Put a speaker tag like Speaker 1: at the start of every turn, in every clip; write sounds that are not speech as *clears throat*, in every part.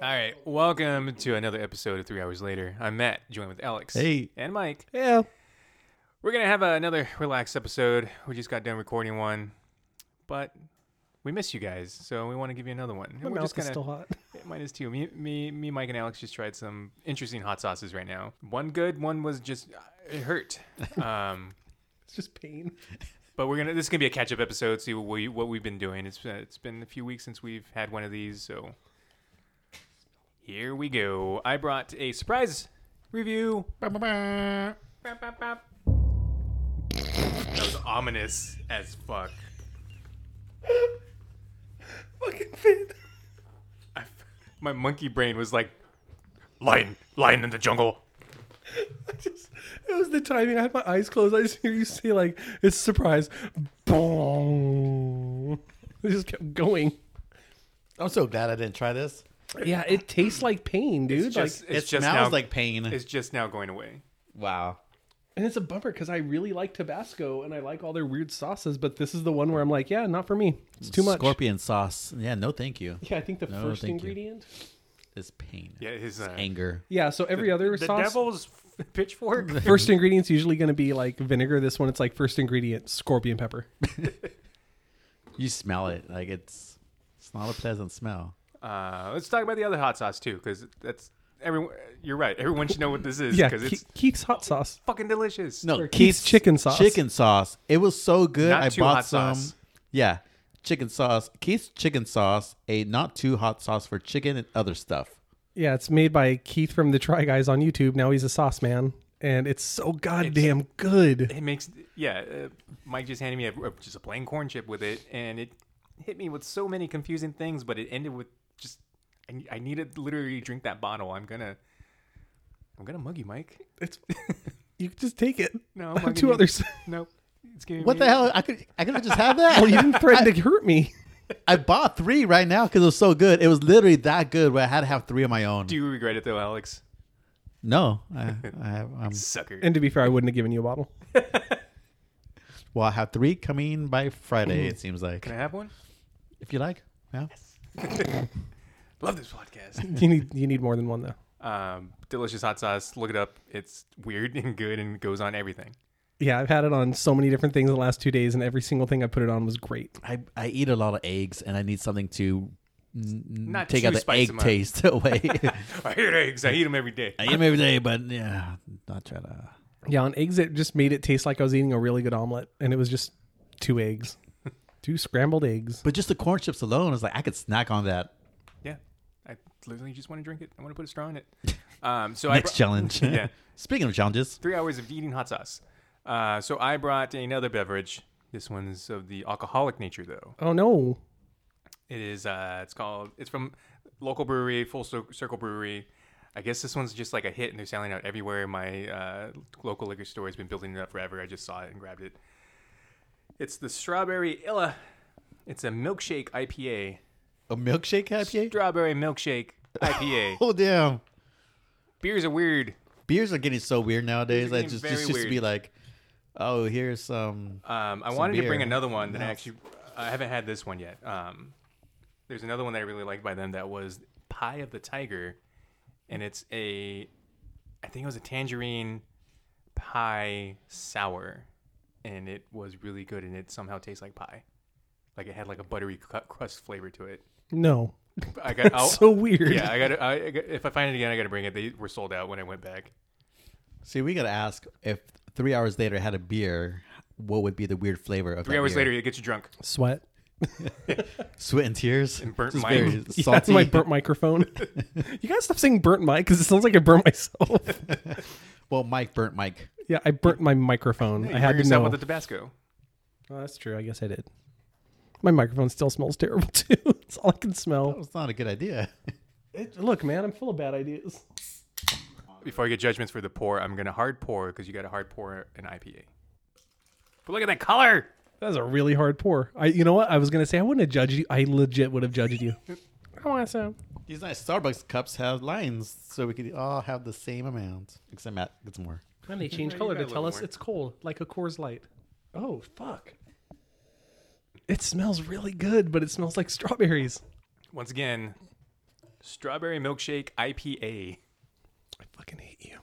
Speaker 1: All right, welcome to another episode of Three Hours Later. I'm Matt, joined with Alex.
Speaker 2: Hey.
Speaker 1: And Mike.
Speaker 2: Yeah.
Speaker 1: We're going to have another relaxed episode. We just got done recording one, but we miss you guys, so we want to give you another one. And
Speaker 2: My
Speaker 1: we're
Speaker 2: mouth
Speaker 1: just
Speaker 2: is
Speaker 1: gonna-
Speaker 2: still hot. *laughs*
Speaker 1: Mine is too. Me, me, me, Mike, and Alex just tried some interesting hot sauces right now. One good, one was just, uh, it
Speaker 2: *laughs*
Speaker 1: hurt. Um,
Speaker 2: It's just pain.
Speaker 1: But we're gonna. This is gonna be a catch-up episode. See what we what we've been doing. It's uh, it's been a few weeks since we've had one of these. So here we go. I brought a surprise review. That was ominous as fuck.
Speaker 2: *laughs* Fucking pain.
Speaker 1: I, my monkey brain was like, lion, lion in the jungle.
Speaker 2: I just, it was the timing. I had my eyes closed. I just hear you say like it's a surprise. Boom. It just kept going.
Speaker 3: I'm so glad I didn't try this.
Speaker 2: Yeah, it tastes like pain, dude.
Speaker 1: It's just,
Speaker 2: like,
Speaker 1: it's
Speaker 3: it
Speaker 1: just now,
Speaker 3: smells like pain.
Speaker 1: it's just now going away.
Speaker 3: wow.
Speaker 2: and it's a bummer because I really like Tabasco and I like all their weird sauces, but this is the one where I'm like, yeah, not for me. It's too much.
Speaker 3: Scorpion sauce. Yeah, no, thank you.
Speaker 2: Yeah, I think the
Speaker 3: No,
Speaker 2: first
Speaker 3: thank you.
Speaker 2: ingredient.
Speaker 3: It's pain.
Speaker 1: Yeah, his uh,
Speaker 3: Anger.
Speaker 2: Yeah, so every other
Speaker 1: the
Speaker 2: sauce.
Speaker 1: devil's *laughs* pitchfork.
Speaker 2: First ingredient's usually going to be like vinegar. This one, it's like first ingredient scorpion pepper.
Speaker 3: You smell it. Like it's it's not a pleasant smell.
Speaker 1: Uh, let's talk about the other hot sauce too, because that's everyone. You're right. Everyone should know what this is
Speaker 2: *laughs* Yeah,
Speaker 1: because it's
Speaker 2: Ke- Keith's hot sauce.
Speaker 1: fucking delicious.
Speaker 3: No,
Speaker 2: Or Keith's chicken sauce.
Speaker 3: Chicken sauce. It was so good.
Speaker 1: Not
Speaker 3: I
Speaker 1: too
Speaker 3: bought
Speaker 1: hot
Speaker 3: some.
Speaker 1: sauce.
Speaker 3: Yeah, chicken sauce. Keith's chicken sauce. A not too hot sauce for chicken and other stuff.
Speaker 2: Yeah, it's made by Keith from the Try Guys on YouTube. Now he's a sauce man, and it's so goddamn good.
Speaker 1: it makes yeah. Uh, Mike just handed me a, a- just a plain corn chip with it, and it hit me with so many confusing things. But it ended with just I, I need to literally drink that bottle. I'm gonna I'm gonna mug you, Mike.
Speaker 2: It's you can just take it.
Speaker 1: *laughs* No,
Speaker 2: I have
Speaker 1: mugging
Speaker 2: *laughs* two
Speaker 1: you.
Speaker 2: others.
Speaker 1: Nope. It's giving
Speaker 3: What
Speaker 1: me-
Speaker 3: the hell? I could I could just have
Speaker 2: Well, you
Speaker 3: that.
Speaker 1: *laughs*
Speaker 2: didn't threaten to hurt me.
Speaker 3: I bought three right now because it was so good. It was literally that good where I had to have three of my own.
Speaker 1: Do you regret it though, Alex?
Speaker 3: no, I, I have, I'm
Speaker 1: Sucker.
Speaker 2: And to be fair, I wouldn't have given you a bottle.
Speaker 3: Well, I have three coming by Friday. it seems like,
Speaker 1: Can I have one?
Speaker 3: if you like. Yeah.
Speaker 1: Love this
Speaker 2: *laughs*
Speaker 1: podcast.
Speaker 2: You need you need more than one though.
Speaker 1: um, delicious hot sauce. Look it up. It's weird *laughs* and good and goes on everything.
Speaker 2: Yeah, I've had it on so many different things the last two days, and every single thing I put it on was great.
Speaker 3: I, I eat a lot of eggs, and I need something to n- n-
Speaker 1: Not
Speaker 3: Mm, take
Speaker 1: too
Speaker 3: out the
Speaker 1: Ah, spice
Speaker 3: egg
Speaker 1: them up.
Speaker 3: taste *laughs* away.
Speaker 1: *laughs* I hate eggs. I eat them every day.
Speaker 3: I eat them every day, but yeah, not try to.
Speaker 2: Yeah, on eggs it just made it taste like I was eating a really good omelet, and it was just
Speaker 1: *laughs*
Speaker 2: two eggs, two scrambled eggs.
Speaker 3: But just the corn chips alone is like I could snack on that.
Speaker 1: Yeah, I literally just want to drink it. I want to put a straw in it. Um, so
Speaker 3: Next
Speaker 1: I brought *laughs*
Speaker 3: challenge. *laughs*
Speaker 1: Yeah.
Speaker 3: Speaking of challenges,
Speaker 1: three hours of eating hot sauce. Uh, so I brought another beverage. This one's of the alcoholic nature, though.
Speaker 2: Oh no!
Speaker 1: It is. Uh, it's called. It's from local brewery, Full Cir- Circle Brewery. I guess this one's just like a hit, and they're selling out everywhere. My uh, local liquor store has been building it up forever. I just saw it and grabbed it. It's the strawberry Illa. It's a milkshake IPA.
Speaker 3: a milkshake IPA.
Speaker 1: Strawberry milkshake
Speaker 3: *laughs*
Speaker 1: IPA.
Speaker 3: Oh damn,
Speaker 1: Beers are weird.
Speaker 3: beers are getting so weird
Speaker 1: Beers
Speaker 3: nowadays.
Speaker 1: are
Speaker 3: I
Speaker 1: getting
Speaker 3: just
Speaker 1: very
Speaker 3: just used
Speaker 1: weird.
Speaker 3: to be like, oh, here's some.
Speaker 1: Um, I wanted to bring
Speaker 3: beer.
Speaker 1: another one that I actually I haven't had this one yet. Um, there's another one that I really liked by them that was Pie of the Tiger, and it's a I think it was a tangerine pie sour, and it was really good, and it somehow tastes like pie, like it had like a buttery cu- crust flavor to it.
Speaker 2: No,
Speaker 1: I got I'll-
Speaker 2: so weird.
Speaker 1: yeah, I got to I, I got- if I find it again, I got to bring it. They were sold out when I went back.
Speaker 3: See, we gotta ask if three hours later had a beer, what would be the weird flavor of
Speaker 1: Three
Speaker 3: that
Speaker 1: hours
Speaker 3: beer?
Speaker 1: later, it gets you drunk.
Speaker 2: Sweat.
Speaker 3: sweat and tears and
Speaker 1: burnt mic. *laughs*
Speaker 3: *laughs* very
Speaker 2: *laughs* Yeah,
Speaker 3: salty.
Speaker 2: my burnt microphone. *laughs* you gotta stop saying burnt mic because it sounds like I burnt myself. *laughs*
Speaker 3: well, Mike burnt Mike.
Speaker 2: yeah, I burnt my microphone.
Speaker 1: *laughs*
Speaker 2: I
Speaker 1: You
Speaker 2: had
Speaker 1: bring
Speaker 2: to
Speaker 1: yourself
Speaker 2: know.
Speaker 1: with the Tabasco.
Speaker 2: oh, that's true. I guess I did. My microphone still smells terrible *laughs* too. it's all I can
Speaker 3: That
Speaker 1: Oh.
Speaker 2: smell.
Speaker 3: was not a good idea. *laughs*
Speaker 2: It- look, man, I'm full of bad ideas.
Speaker 1: Before I get judgments for the pour, I'm gonna hard pour because you got to hard pour an IPA. But look at that color.
Speaker 2: That was a really hard pour. I, you know what? I was gonna say I wouldn't have judged you. I legit would have
Speaker 1: *laughs*
Speaker 2: judged you. I want some.
Speaker 3: These nice Starbucks cups have lines, so we could all have the same amount. Except Matt gets more.
Speaker 2: And they
Speaker 1: *laughs*
Speaker 2: change
Speaker 1: you
Speaker 2: color
Speaker 1: got
Speaker 2: to
Speaker 1: a
Speaker 2: tell
Speaker 1: little
Speaker 2: us
Speaker 1: more.
Speaker 2: it's cold, like a Coors Light. Oh fuck! It smells really good, but it smells like strawberries.
Speaker 1: Once again, Strawberry milkshake IPA.
Speaker 2: I fucking hate you.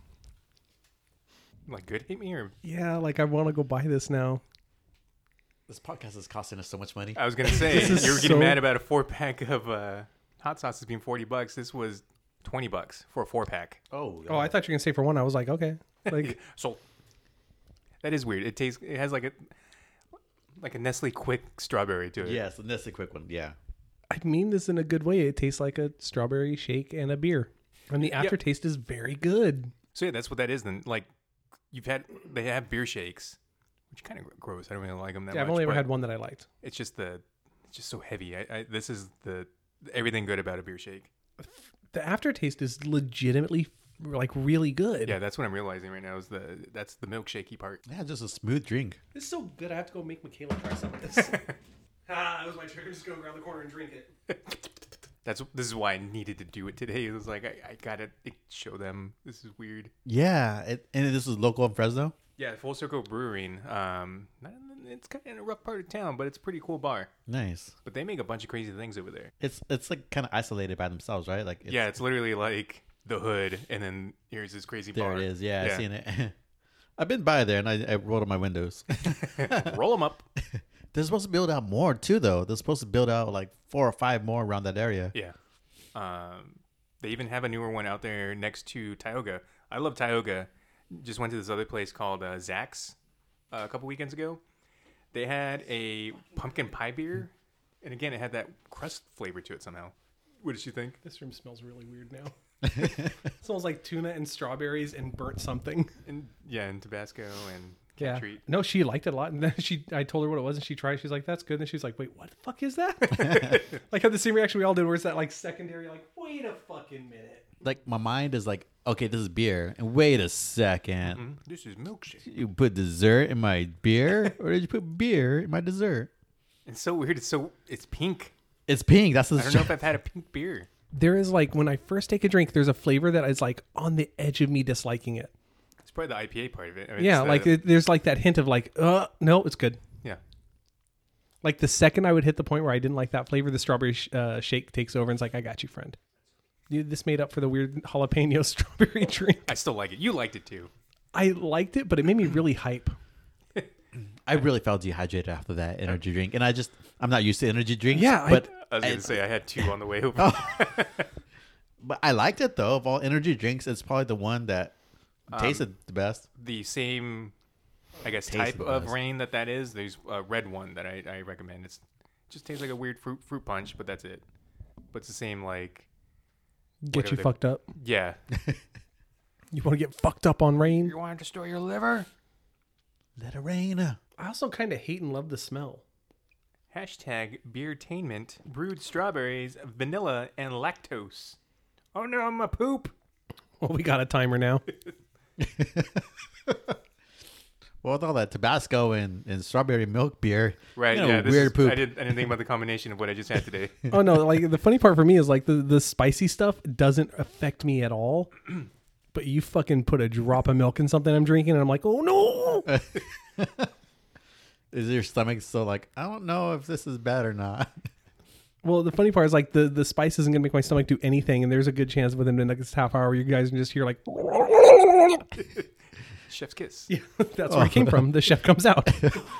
Speaker 1: Like good hate me or
Speaker 2: Yeah, like I want to go buy this now.
Speaker 3: This podcast is costing us so much money.
Speaker 1: I was
Speaker 2: *laughs*
Speaker 1: gonna say you
Speaker 2: This is
Speaker 1: were getting
Speaker 2: so-
Speaker 1: mad about a four pack of uh, hot sauces being forty bucks. This was twenty bucks for a four pack.
Speaker 3: Oh,
Speaker 2: Oh, I thought you were gonna say for one. I was like, *laughs* okay, like
Speaker 1: So that is weird. It tastes. It has like a like a Nestle Quick strawberry to it.
Speaker 3: yes, and that's a quick one. Yeah,
Speaker 2: I mean this in a good way. It tastes like a strawberry shake and a beer, and the aftertaste is very good.
Speaker 1: So yeah, that's what that is. Then like you've had they have beer shakes, which kind of gross. I don't really like them that
Speaker 2: Yeah,
Speaker 1: much.
Speaker 2: I've only ever
Speaker 1: but
Speaker 2: had one that I liked.
Speaker 1: It's just the it's just so heavy. I, I this is the everything good about a beer shake.
Speaker 2: The aftertaste is legitimately like really good.
Speaker 1: Yeah, that's what I'm realizing right now is the that's the milkshakey part. *laughs*
Speaker 3: yeah, just a smooth drink.
Speaker 2: This is so good. I have to go make Michaela try some of *laughs* this. ah, that was my trigger. Just go around the corner and drink it.
Speaker 1: That's this is why I needed to do it today. It was like I, I gotta show them this is weird.
Speaker 3: Yeah, it, and this is local in Fresno.
Speaker 1: Yeah, Full Circle Brewing. Um, not in- it's kind of in a rough part of town, but it's a pretty cool bar.
Speaker 3: Nice.
Speaker 1: But they make a bunch of crazy things over there.
Speaker 3: It's it's like kind of isolated by themselves, right? Like it's,
Speaker 1: yeah, it's literally like the hood, and then here's this crazy
Speaker 3: there
Speaker 1: bar.
Speaker 3: it is. Yeah, I seen it. *laughs* I've been by there and I, I rolled on my windows.
Speaker 1: *laughs*
Speaker 3: *laughs*
Speaker 1: Roll them up.
Speaker 3: They're supposed to build out more too, though. They're supposed to build out like four or five more around that area.
Speaker 1: Yeah. Um, they even have a newer one out there next to Tioga. I love Tioga. Just went to this other place called uh, Zack's uh, a couple weekends ago. They had a pumpkin pie beer, and again, it had that crust flavor to it somehow. What did you think?
Speaker 2: This room smells really weird now. it smells like tuna and strawberries and burnt something.
Speaker 1: And yeah, and Tabasco and cat
Speaker 2: Yeah.
Speaker 1: treat.
Speaker 2: No, she liked it a lot, and then *laughs* she, I told her what it was, and she tried. She's like, "That's good." And then she's like, "Wait, what the fuck is that?" *laughs* like had the same reaction we all did. Where's that like secondary? Like, wait a fucking minute.
Speaker 3: Like my mind is like, okay, this is beer. And wait a 2nd
Speaker 1: This is milkshake.
Speaker 3: You put dessert in my
Speaker 1: *laughs*
Speaker 3: beer, or did you put beer in my dessert?
Speaker 1: It's so weird. It's so it's pink.
Speaker 3: It's pink. That's the
Speaker 1: I don't know if I've had a pink beer.
Speaker 2: There is like when I first take a drink, there's a flavor that is like on the edge of me disliking it.
Speaker 1: It's probably the IPA part of it. I mean,
Speaker 2: Yeah,
Speaker 1: it's the-
Speaker 2: like it, there's like that hint of like, uh, no, it's good.
Speaker 1: yeah.
Speaker 2: Like the second I would hit the point where I didn't like that flavor, the strawberry sh- uh, shake takes over and it's like, I got you, friend. You- This made up for the weird *laughs* jalapeno strawberry *laughs* drink.
Speaker 1: I still like it. You liked it too.
Speaker 2: I liked it, but it made me really hype.
Speaker 3: *laughs* I really felt dehydrated after that energy drink, and I just I'm not used to energy drinks.
Speaker 2: Yeah, I-
Speaker 3: but
Speaker 1: I was gonna say I had two on the way over.
Speaker 3: but I liked it though. Of all energy drinks, it's probably the one that
Speaker 1: Um,
Speaker 3: tasted the best.
Speaker 1: the same, I guess,
Speaker 3: Taste
Speaker 1: type
Speaker 3: it
Speaker 1: of
Speaker 3: was.
Speaker 1: rain that that is. There's a red one that I, I recommend. It's just tastes like a weird fruit fruit punch, but that's it. But it's the same like
Speaker 2: Get
Speaker 1: Whatever
Speaker 2: you
Speaker 1: they-
Speaker 2: fucked up.
Speaker 1: yeah.
Speaker 2: *laughs* You want to get fucked up on rain?
Speaker 1: want to destroy your liver?
Speaker 3: Let it rain.
Speaker 2: I also kind of hate and love the smell. *laughs*
Speaker 1: Hashtag beertainment. Brewed strawberries, vanilla, and lactose. Oh no, I'm a poop.
Speaker 2: Well, we got a timer now.
Speaker 3: Well, with all that Tabasco and, and strawberry milk beer,
Speaker 1: Right?
Speaker 3: you know,
Speaker 1: yeah. This
Speaker 3: weird
Speaker 1: is,
Speaker 3: poop.
Speaker 1: I didn't. I didn't think about the combination of what I just had
Speaker 3: *laughs*
Speaker 1: today.
Speaker 2: *laughs* oh no! Like the funny part for me is like the the spicy stuff doesn't affect me at *clears throat* all. But you fucking put a drop of milk in something I'm drinking, and I'm like, oh no! *laughs*
Speaker 3: Is your stomach still like I don't know if this is bad
Speaker 1: *laughs*
Speaker 3: or not? *laughs*
Speaker 2: well, the funny part is like the the spice isn't gonna make my stomach do anything, and there's a good chance within the next half hour you guys can just hear like, *laughs*
Speaker 1: Chef's kiss.
Speaker 2: yeah, that's where it came from. The chef comes *laughs* out.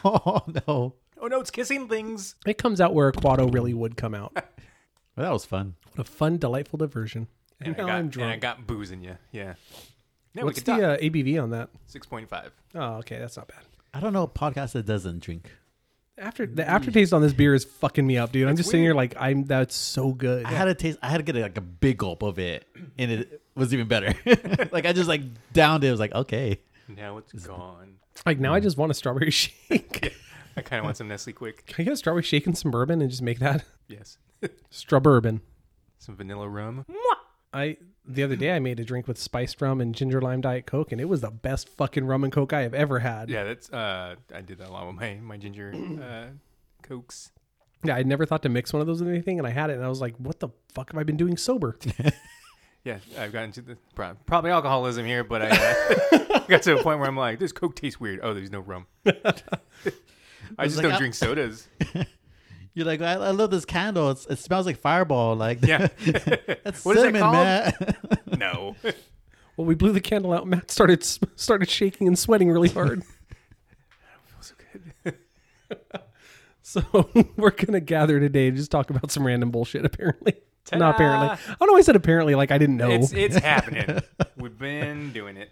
Speaker 3: oh no! Well,
Speaker 1: Oh no, it's kissing things.
Speaker 2: it comes out where a quado really would come out. What
Speaker 3: that was fun.
Speaker 2: a fun, delightful diversion. And,
Speaker 1: I
Speaker 2: now
Speaker 1: got,
Speaker 2: I'm
Speaker 1: And I
Speaker 2: drunk.
Speaker 1: got booze in you. Yeah. Now
Speaker 2: What's
Speaker 1: we can
Speaker 2: the
Speaker 1: talk.
Speaker 2: uh, ABV on that?
Speaker 1: Six point five.
Speaker 2: Oh, okay, that's not bad.
Speaker 3: I don't know a podcast that doesn't drink.
Speaker 2: After the aftertaste on this beer is fucking me up, dude. I'm just sitting here
Speaker 1: Mm. weird.
Speaker 2: like I'm. That's so good.
Speaker 3: I had to taste. I had to get like a big gulp of it, and it was even better. *laughs* like I just like downed it. I was like, okay,
Speaker 1: Now it's gone.
Speaker 2: Like
Speaker 1: Mm.
Speaker 2: now, I just want a strawberry *laughs* shake.
Speaker 1: I kind of
Speaker 3: *laughs*
Speaker 1: want some Nestle Quick.
Speaker 2: Can I get a strawberry shake and some bourbon and just make that
Speaker 1: Yes.
Speaker 2: strawbourbon?
Speaker 1: Some vanilla rum.
Speaker 2: I the other day I made a drink with spiced rum and ginger lime diet coke, and it was the best fucking rum and coke I have ever had.
Speaker 1: Yeah, that's uh I did that a lot with my my ginger
Speaker 3: *clears throat*
Speaker 1: uh cokes.
Speaker 2: Yeah, I never thought to mix one of those with anything, and I had it, and I was like, "What the fuck have I been
Speaker 1: *laughs*
Speaker 2: doing sober?"
Speaker 1: Yeah, I've gotten to the prob- probably alcoholism here, but I
Speaker 3: *laughs*
Speaker 1: uh, got to a point where I'm like, this coke tastes weird. Oh, there's no rum. I just
Speaker 3: like, *laughs*
Speaker 1: don't
Speaker 3: I-
Speaker 1: drink sodas.
Speaker 3: You're like, I, I love this candle. It's, it smells like fireball. Like,
Speaker 1: Yeah.
Speaker 3: *laughs*
Speaker 1: *laughs*
Speaker 3: that's
Speaker 1: What is that
Speaker 3: cinnamon,
Speaker 1: called?
Speaker 3: man. *laughs*
Speaker 1: no.
Speaker 2: Well, we blew the candle out. Matt started s- started shaking and sweating
Speaker 1: *laughs*
Speaker 2: really hard. *laughs* so *laughs* we're gonna gather today and just talk about some random bullshit. Apparently, not apparently.
Speaker 1: Ta-da.
Speaker 2: I don't know. why I said apparently like I didn't know.
Speaker 1: It's it's
Speaker 3: *laughs*
Speaker 1: happening. We've been doing it.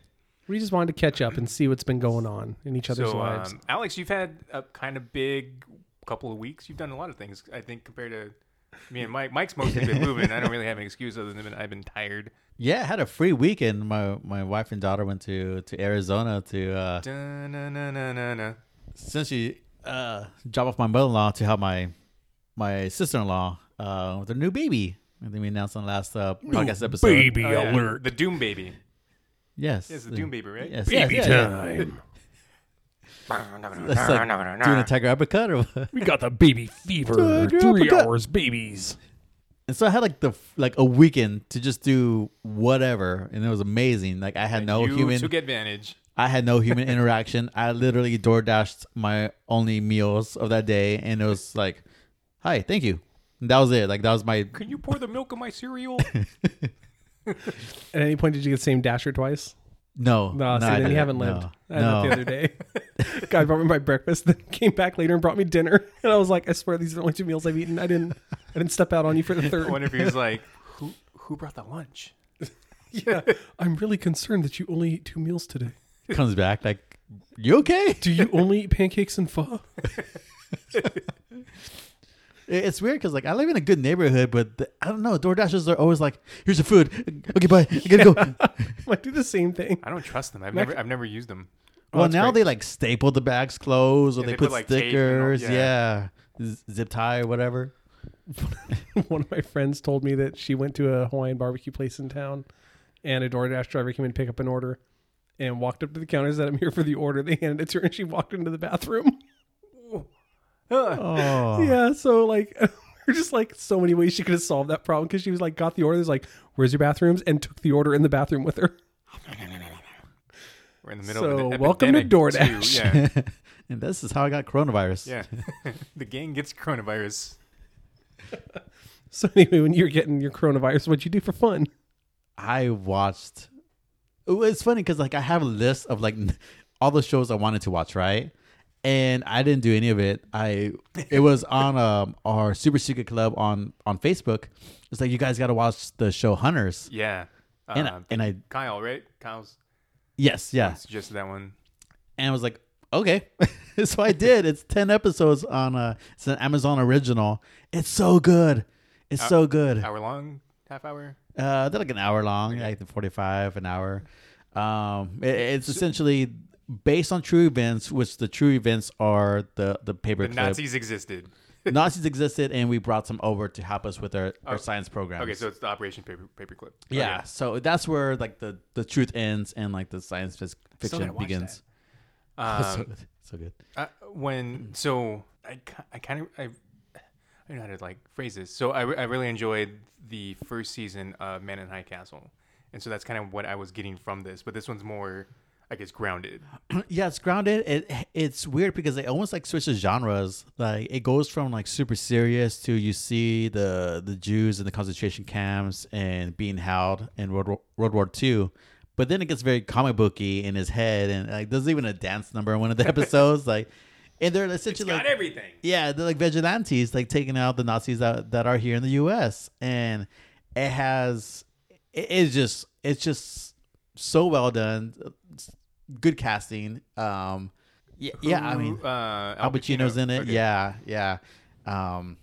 Speaker 2: we just wanted to catch up and see what's been going on in each other's
Speaker 1: So,
Speaker 2: lives.
Speaker 1: um, Alex, you've had a kind of big couple of weeks. You've done a lot of things, I think, compared to me and Mike. Mike's mostly been moving. I don't really have an excuse other than I've been tired.
Speaker 3: yeah, I had a free weekend. My my wife and daughter went to to Arizona to uh,
Speaker 1: Dun-na-na-na-na-na.
Speaker 3: essentially uh, drop off my mother-in-law to help my my sister-in-law uh, with her new baby. I think we announced on the last uh, podcast episode.
Speaker 1: Oh, yeah. The Doom Baby.
Speaker 3: Yes.
Speaker 1: It's the Doom Baby, right?
Speaker 3: Yes, yes, yeah, yeah. That's like doing a tiger uppercut or what?
Speaker 2: we got the baby fever.
Speaker 3: Tiger Three uppercut.
Speaker 2: hours, babies.
Speaker 3: And so I had like the like a weekend to just do whatever, and it was amazing. Like I had no
Speaker 1: you
Speaker 3: human,
Speaker 1: took advantage.
Speaker 3: I had
Speaker 2: *laughs*
Speaker 3: no human interaction. I literally door dashed my only meals of that day, and it was like, "Hi, thank you." And that was it. Like that was my
Speaker 1: Can you pour the milk in my cereal?
Speaker 2: At any point, did you get the same dasher twice?
Speaker 3: no.
Speaker 2: No, see,
Speaker 3: I
Speaker 2: then you
Speaker 3: didn't.
Speaker 2: haven't lived. I had that the
Speaker 3: No, *laughs* no.
Speaker 2: other day. *laughs* Guy brought me my breakfast, then came back later and brought me dinner, *laughs* and I was like, I swear these are the only two meals I've eaten. I didn't, I didn't step out on you for the
Speaker 1: I
Speaker 2: third.
Speaker 1: wonder if he was like, who who brought the lunch?
Speaker 2: *laughs* yeah, I'm really concerned that you only eat two meals today.
Speaker 3: Comes back like, "You okay?"
Speaker 2: Do you only eat pancakes and pho? *laughs*
Speaker 3: It- It's weird because like I live in a good neighborhood, but the, I don't know. Door dashers are always like, "Here's your food. Okay, bye. I gotta go."
Speaker 2: I do the same thing. *laughs*
Speaker 1: I don't trust them. I've
Speaker 2: Mac-
Speaker 1: never I've never used them.
Speaker 2: Oh,
Speaker 3: well,
Speaker 2: that's
Speaker 3: now
Speaker 2: great.
Speaker 3: they like staple the bags closed, or
Speaker 1: Yeah,
Speaker 3: they,
Speaker 1: they
Speaker 3: put,
Speaker 1: put, like, tape and all-
Speaker 3: stickers,
Speaker 1: yeah.
Speaker 3: yeah, Z- zip tie or whatever.
Speaker 2: One of my friends told me that she went to a Hawaiian barbecue place in town, and a DoorDash driver came in to pick up an order, and walked up to the counter and said, "I'm here for the order." They handed it to her, and she walked into the bathroom.
Speaker 1: Huh.
Speaker 3: Oh,
Speaker 2: Yeah, so like *laughs* there's just like so many ways she could have solved that problem because she was like got the orders like where's your bathrooms and took the order in the bathroom with her. *laughs*
Speaker 1: We're in the middle
Speaker 2: So,
Speaker 1: of an
Speaker 2: welcome to
Speaker 1: epidemic, too.
Speaker 2: DoorDash.
Speaker 1: Yeah.
Speaker 3: *laughs* and this is how I got coronavirus.
Speaker 1: Yeah. *laughs* the gang gets coronavirus.
Speaker 2: So anyway, when you're getting your coronavirus, what'd you do for fun? *laughs*
Speaker 3: I watched. It was funny because like I have a list of like *laughs* all the shows I wanted to watch, right? And I didn't do any of it. I
Speaker 1: *laughs*
Speaker 3: it was on um our Super Secret Club on on Facebook. It's like you guys got to watch the show Hunters.
Speaker 1: Yeah. Uh,
Speaker 3: And I, and I
Speaker 1: Kyle, right? Kyle's
Speaker 3: yes yeah.
Speaker 1: suggested that one.
Speaker 3: And I was like, okay. *laughs* so I did. It's ten episodes on uh it's an Amazon original. It's so good. It's
Speaker 1: Uh,
Speaker 3: so good.
Speaker 1: Hour long, half hour.
Speaker 3: Uh, they're like an hour long, like the forty-five, an hour. Um, it- it's essentially based on true events, which the true events are the the paper
Speaker 1: The
Speaker 3: clip.
Speaker 1: Nazis *laughs* existed.
Speaker 3: Nazis existed, and we brought some over to help us with our, our science program.
Speaker 1: Oh, Okay, so it's the Operation Paper Paperclip.
Speaker 3: yeah,
Speaker 1: Okay.
Speaker 3: so that's where like the the truth ends and like the science fic- fiction
Speaker 1: gotta watch
Speaker 3: begins. *laughs* so,
Speaker 1: Um,
Speaker 3: good. so good.
Speaker 1: I, when so I, ki- I kind of I, I don't know how to like phrase this. So I, re- I really enjoyed the first season of Man in High Castle, and so that's kind of what I was getting from this. But this one's more I guess grounded.
Speaker 3: *clears throat* yeah, it's grounded. It it's weird because it almost like switches genres. Like it goes from like super serious to you see the the Jews in the concentration camps and being held in World War, World War II, but then it gets very comic booky in his head and like there's even a dance number in one of the *laughs* episodes. like, and they're essentially
Speaker 1: Got
Speaker 3: like,
Speaker 1: everything.
Speaker 3: yeah, they're like vigilantes, like taking out the Nazis that, that are here in the U.S. And it has, it is just, it's just so well done, It's good casting. Um, yeah, yeah. I mean,
Speaker 1: Who, uh,
Speaker 3: Al Pacino's in it.
Speaker 1: Okay.
Speaker 3: Yeah, yeah. Um,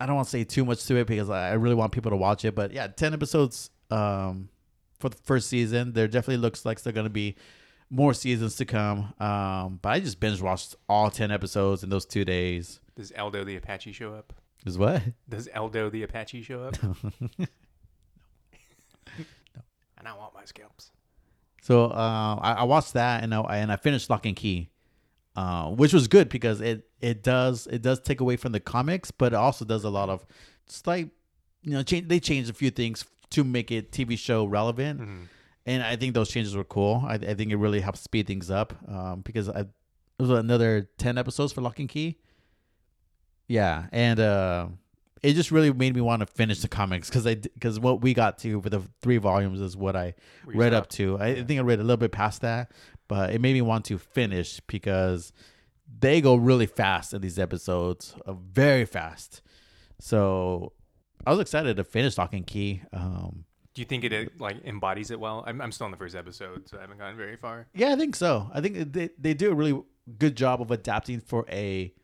Speaker 3: I don't want to say too much to it because I I really want people to watch it. But yeah, ten episodes um, for the first season. There definitely looks like there are going to be more seasons to come. Um, but I just binge watched all ten episodes in those two days.
Speaker 1: Does Eldo the Apache show up?
Speaker 3: Is what?
Speaker 1: Does Eldo the Apache show up? And I want my scalps.
Speaker 3: So uh, I, I watched that and I and I finished Lock and Key, uh, which was good because it it does it does take away from the comics, but it also does a lot of slight, you know, change. They changed a few things to make it TV show relevant, and I think those changes were cool. I, I think it really helped speed things up um, because I it was another ten episodes for Lock and Key. Yeah, and uh, it just really made me want to finish the comics because I because what we got to with the three volumes is what I
Speaker 1: Where you
Speaker 3: read up to. I think I read a little bit past that, but it made me want to finish because they go really fast in these episodes, uh, very fast. So I was excited to finish Lock and Key. Um,
Speaker 1: Do you think it, it like embodies it well? I'm, I'm still in the first episode, so I haven't gone very far.
Speaker 3: Yeah, I think so. I think they, they do a really good job of adapting for a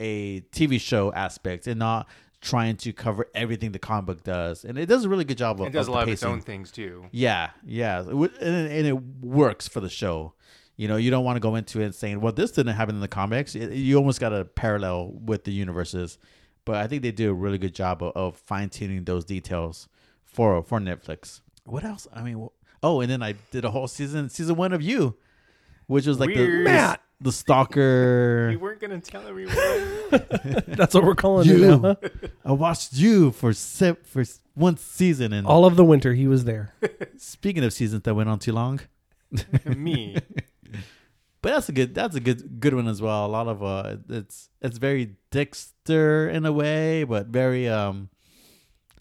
Speaker 3: a TV show aspect and not trying to cover everything the comic book does. And it does a really good job of
Speaker 1: It does a
Speaker 3: the
Speaker 1: lot of its
Speaker 3: pacing.
Speaker 1: own things too.
Speaker 3: Yeah, yeah, It would- and, and it works for the show. You know, you don't want to go into it saying, "Well, this didn't happen in the comics." It- you almost got to parallel with the universes, but I think they do a really good job of, of fine tuning those details for for Netflix. What else? I mean, wh- oh, and then I did a whole season, season one of you, which was like the-
Speaker 1: Weird.
Speaker 3: the
Speaker 2: Matt!
Speaker 3: the stalker.
Speaker 1: *laughs* You weren't gonna tell everyone.
Speaker 2: That's what we're calling it now.
Speaker 3: you,
Speaker 2: huh?
Speaker 3: I watched you for se- for s- one season, and
Speaker 2: All of the winter, he was there.
Speaker 3: speaking of seasons that went on too long.
Speaker 1: Me.
Speaker 3: But that's a good that's a good good one as well. A lot of uh it's it's very Dexter in a way, but very um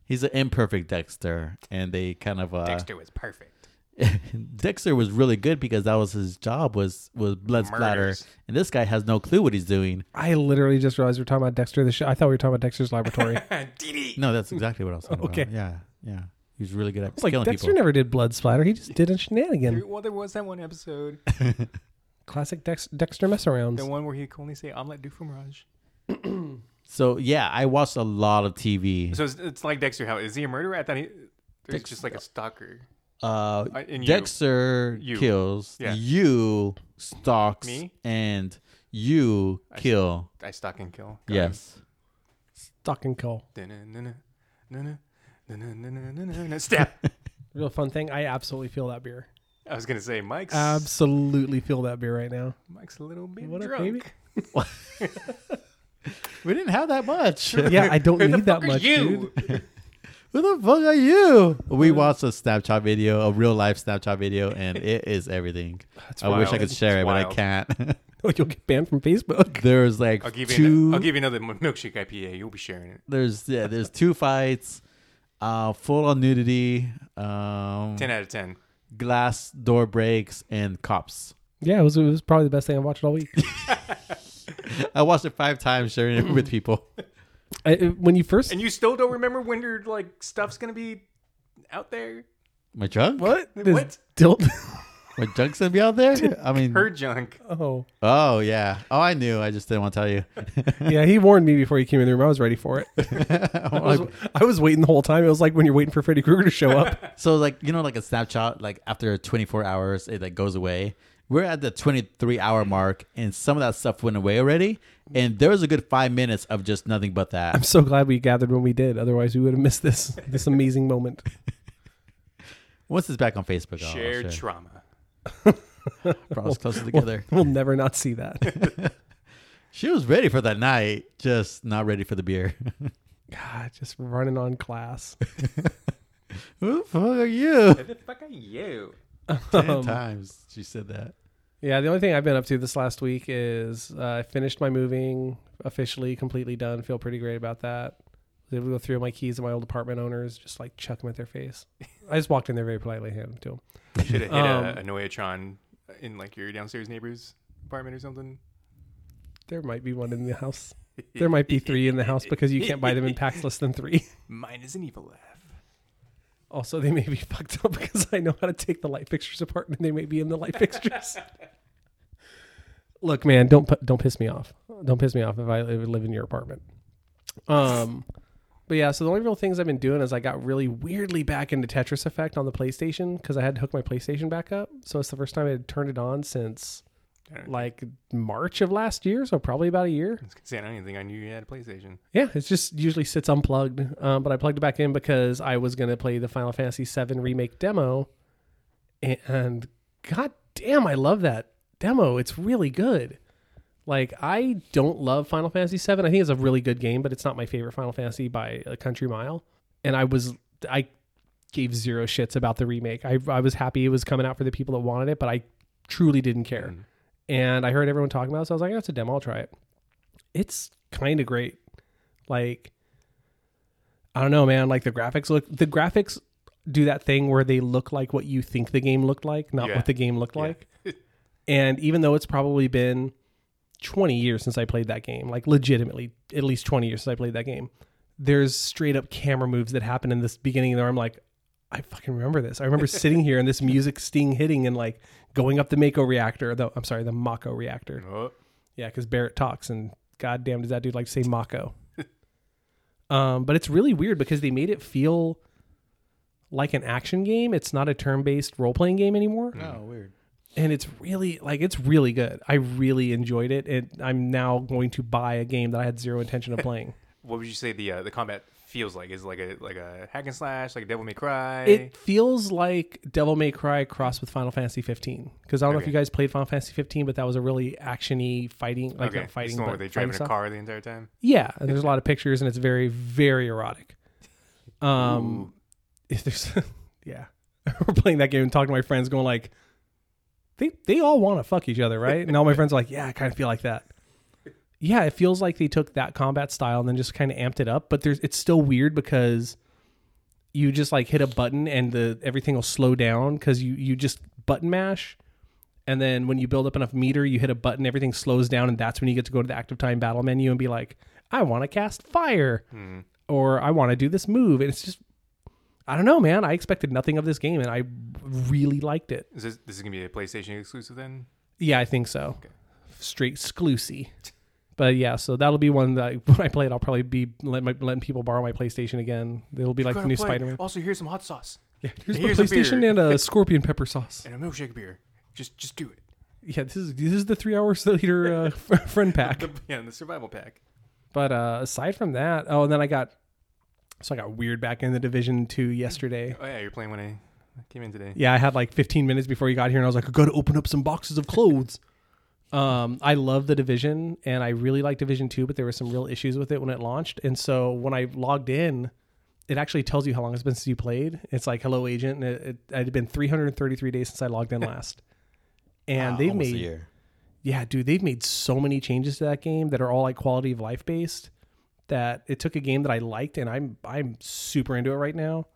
Speaker 3: he's an imperfect Dexter and they kind of uh
Speaker 1: Dexter was perfect.
Speaker 3: *laughs* Dexter was really good because that was his job was was blood splatter
Speaker 1: Murders.
Speaker 3: and this guy has no clue what he's doing.
Speaker 2: I literally just realized we're talking about Dexter the show. I thought we were talking about Dexter's Laboratory. I
Speaker 1: DD.
Speaker 3: No, that's exactly what I was talking
Speaker 2: Okay.
Speaker 3: about. Yeah. Yeah. He was really good at
Speaker 2: was like,
Speaker 3: killing
Speaker 2: Dexter
Speaker 3: people.
Speaker 2: never did blood splatter. He just did a shenanigan.
Speaker 1: There- Well, there was that one episode,
Speaker 2: Classic Dex- Dexter mess
Speaker 1: the
Speaker 2: arounds.
Speaker 1: one where he could only say omelette du fromage.
Speaker 3: so yeah, I watched a lot of TV.
Speaker 1: So it's, it's like Dexter. How is he a murderer? I thought he, there's just like a stalker.
Speaker 3: Uh
Speaker 1: I- and you.
Speaker 3: Dexter
Speaker 1: You.
Speaker 3: kills,
Speaker 1: Yeah.
Speaker 3: you stalks,
Speaker 1: Me?
Speaker 3: and you kill.
Speaker 1: I stalk and kill. Got him.
Speaker 3: yes.
Speaker 2: Stock and call.
Speaker 1: Dun-dun-dun-dun, dun-dun, dun-dun-dun-dun, dun-dun-dun. Step.
Speaker 2: Real fun thing. I absolutely feel that beer.
Speaker 1: I was gonna say Mike's.
Speaker 2: Absolutely feel that beer right now.
Speaker 1: Mike's a little bit
Speaker 2: What up,
Speaker 1: drunk.
Speaker 2: baby?
Speaker 3: We didn't have that much.
Speaker 2: Yeah, I don't
Speaker 1: Who the
Speaker 2: need that
Speaker 1: fuck are
Speaker 2: much, dude. *laughs*
Speaker 1: you?
Speaker 3: *laughs* Who the fuck are you? We watched a Snapchat video, a real life Snapchat video, and it is everything. I wish I
Speaker 1: wild.
Speaker 3: could share it,
Speaker 1: It's
Speaker 3: but I
Speaker 1: wild.
Speaker 3: can't.
Speaker 2: Oh, You'll get banned from Facebook.
Speaker 3: *laughs* there's like
Speaker 1: I'll give you.
Speaker 3: two.
Speaker 1: An, I'll give you another milkshake IPA. You'll be sharing it.
Speaker 3: there's yeah, there's two fights, uh, full on nudity, um,
Speaker 2: Mm.
Speaker 1: Ten out of ten.
Speaker 3: glass door breaks, and cops.
Speaker 2: Yeah, it was, it was probably the best thing I watched all week.
Speaker 3: I watched it five times, sharing it
Speaker 1: *laughs*
Speaker 3: with people.
Speaker 2: I, it- when you first
Speaker 1: And you still don't remember when your like stuff's gonna be out there?
Speaker 3: My junk?
Speaker 2: what
Speaker 1: This What?
Speaker 2: Dilt?
Speaker 3: My junk's gonna be out there? I mean,
Speaker 1: Her junk.
Speaker 2: oh,
Speaker 3: Oh yeah. Oh, I knew. I just didn't want to tell you.
Speaker 2: *laughs*
Speaker 3: *laughs*
Speaker 2: yeah. He warned me before he came in the room. I was ready for it.
Speaker 3: I'm
Speaker 2: I was,
Speaker 3: like-
Speaker 2: I was waiting the whole time. It was like when you're waiting for Freddy Krueger to show up.
Speaker 3: so like you know like a snapshot like after 24 hours it like goes away. We're at the 23 hour mark and some of that stuff went away already. And there was a good five minutes of just nothing but
Speaker 2: I'm
Speaker 3: that.
Speaker 2: so glad we gathered when we did. Otherwise, we would have missed this this amazing moment.
Speaker 3: Once it's back on Facebook, oh, I'll, I'll
Speaker 1: Shared
Speaker 3: share.
Speaker 1: trauma.
Speaker 3: Brought us closer *laughs* together.
Speaker 2: We'll never not see that.
Speaker 3: She was ready for that night, just not ready for the beer. *laughs*
Speaker 2: God, just running on class.
Speaker 3: Who the fuck are you?
Speaker 1: Who the fuck are
Speaker 2: *laughs*
Speaker 1: you?
Speaker 3: *laughs* Ten Um, times she said that.
Speaker 2: Yeah, the only thing I've been up to this last week is uh, I finished my moving, officially completely done. Feel pretty great about that. Was able to go through my keys and my old apartment owners, just like chuck them at their face. I just walked in there very politely, handed them to them.
Speaker 1: Should have hit
Speaker 2: Um,
Speaker 1: a, a Noyatron in like your downstairs neighbor's apartment or something.
Speaker 2: There might be one in the house. There might be three in the house because you can't buy them in packs less than three.
Speaker 1: *laughs* Mine is an evil laugh.
Speaker 2: Also, they may be *laughs* fucked up because I know how to take the light fixtures apart, and they may be in the light fixtures. Look, man, don't pu- don't piss me off. Don't piss me off if I live, live in your apartment. Um, but yeah, so the only real things I've been doing is I got really weirdly back into Tetris Effect on the PlayStation because I had to hook my PlayStation back up. So it's the first time I had turned it on since
Speaker 1: I don't,
Speaker 2: like March of last year, so probably about a year.
Speaker 1: I was gonna say, I don't even think I knew you had a PlayStation.
Speaker 2: Yeah, it just usually sits unplugged. Um, but I plugged it back in because I was going to play the Final Fantasy VII remake demo, and god damn, I love that demo. It's really good. Like I don't love Final Fantasy VII. I think it's a really good game, but it's not my favorite Final Fantasy by a country mile. And I was I gave zero shits about the remake. I I was happy it was coming out for the people that wanted it, but I truly didn't care.
Speaker 1: Mm.
Speaker 2: And I heard everyone talking about it, so I was like, that's a demo. I'll try it. It's kind of great. Like I don't know, man. Like the graphics look the graphics do that thing where they look like what you think the game looked like, not
Speaker 1: Yeah.
Speaker 2: what the game looked like. and even though it's probably been 20 years since I played that game, like legitimately at least 20 years since I played that game, there's straight up camera moves that happen in this beginning there. I'm like, I fucking remember this. I remember sitting here and this music sting hitting and like going up the Mako reactor, the I'm sorry, the Mako reactor.
Speaker 1: Oh,
Speaker 2: Yeah, because Barrett talks, and goddamn, does that dude like to say Mako? *laughs* um, but it's really weird because they made it feel like an action game. It's not a turn-based role-playing game anymore,
Speaker 3: Oh, weird.
Speaker 2: and it's really like it's really good. I really enjoyed it, and I'm now going to buy a game that I had zero intention of playing.
Speaker 1: what would you say the uh, the combat feels like? Is it like a like a hack and slash, like a Devil May Cry?
Speaker 2: it feels like Devil May Cry crossed with Final Fantasy 15 because I don't know if
Speaker 1: Okay.
Speaker 2: you guys played Final Fantasy 15, but that was a really actiony fighting, like
Speaker 1: okay,
Speaker 2: not
Speaker 1: it's
Speaker 2: fighting,
Speaker 1: the one
Speaker 2: but
Speaker 1: where they
Speaker 2: fighting
Speaker 1: drive in a
Speaker 2: style.
Speaker 1: car the entire time.
Speaker 2: Yeah, and there's a lot of pictures, and it's very, very erotic. Um, if there's, *laughs* yeah, we're playing that game and talking to my friends, going like, they they all want to fuck each other, right? And all my friends are like, yeah, I kind of feel like that. Yeah, it feels like they took that combat style and then just kind of amped it up, but there's it's still weird because you just like hit a button and the everything will slow down because you you just button mash. And then when you build up enough meter, you hit a button, everything slows down, and that's when you get to go to the active time battle menu and be like, I want to cast fire
Speaker 1: Mm.
Speaker 2: or I want to do this move. And it's just, I don't know, man. I expected nothing of this game and I really liked it.
Speaker 1: Is this this is gonna be a PlayStation exclusive then?
Speaker 2: Yeah, I think so. Straight exclusive. But yeah, so that'll be one that I, *laughs* when I play it, I'll probably be let my, letting people borrow my PlayStation again. It'll be like the new Spider Man.
Speaker 1: Also, here's some hot sauce
Speaker 2: Yeah, here's,
Speaker 1: here's
Speaker 2: my
Speaker 1: a
Speaker 2: PlayStation
Speaker 1: beer.
Speaker 2: and
Speaker 1: *laughs*
Speaker 2: a scorpion pepper sauce.
Speaker 1: and a milkshake beer. Just just
Speaker 2: *laughs*
Speaker 1: do it.
Speaker 2: Yeah, this is this is the three hour *laughs*
Speaker 1: *laughs*
Speaker 2: later uh, f- friend pack.
Speaker 1: The, yeah, and the survival pack.
Speaker 2: But uh, aside from that, oh, and then I got so I got weird back in the division two yesterday.
Speaker 1: Oh yeah, you're playing when I came in today.
Speaker 2: Yeah, I had like 15 minutes before you got here, and I was like, I got to open up some boxes of clothes. um, I love the division, and I really like division two, but there were some real issues with it when it launched, and so when I logged in. It actually tells you how long it's been since you played. It's like "Hello, Agent," and it, it, it had been 333 days since I logged
Speaker 3: *laughs*
Speaker 2: in last. And
Speaker 3: Wow,
Speaker 2: they've
Speaker 3: Ah, almost a
Speaker 2: made
Speaker 3: year.
Speaker 2: yeah, dude, they've made so many changes to that game that are all like quality of life based. That it took a game that I liked, and I'm I'm super into it right now.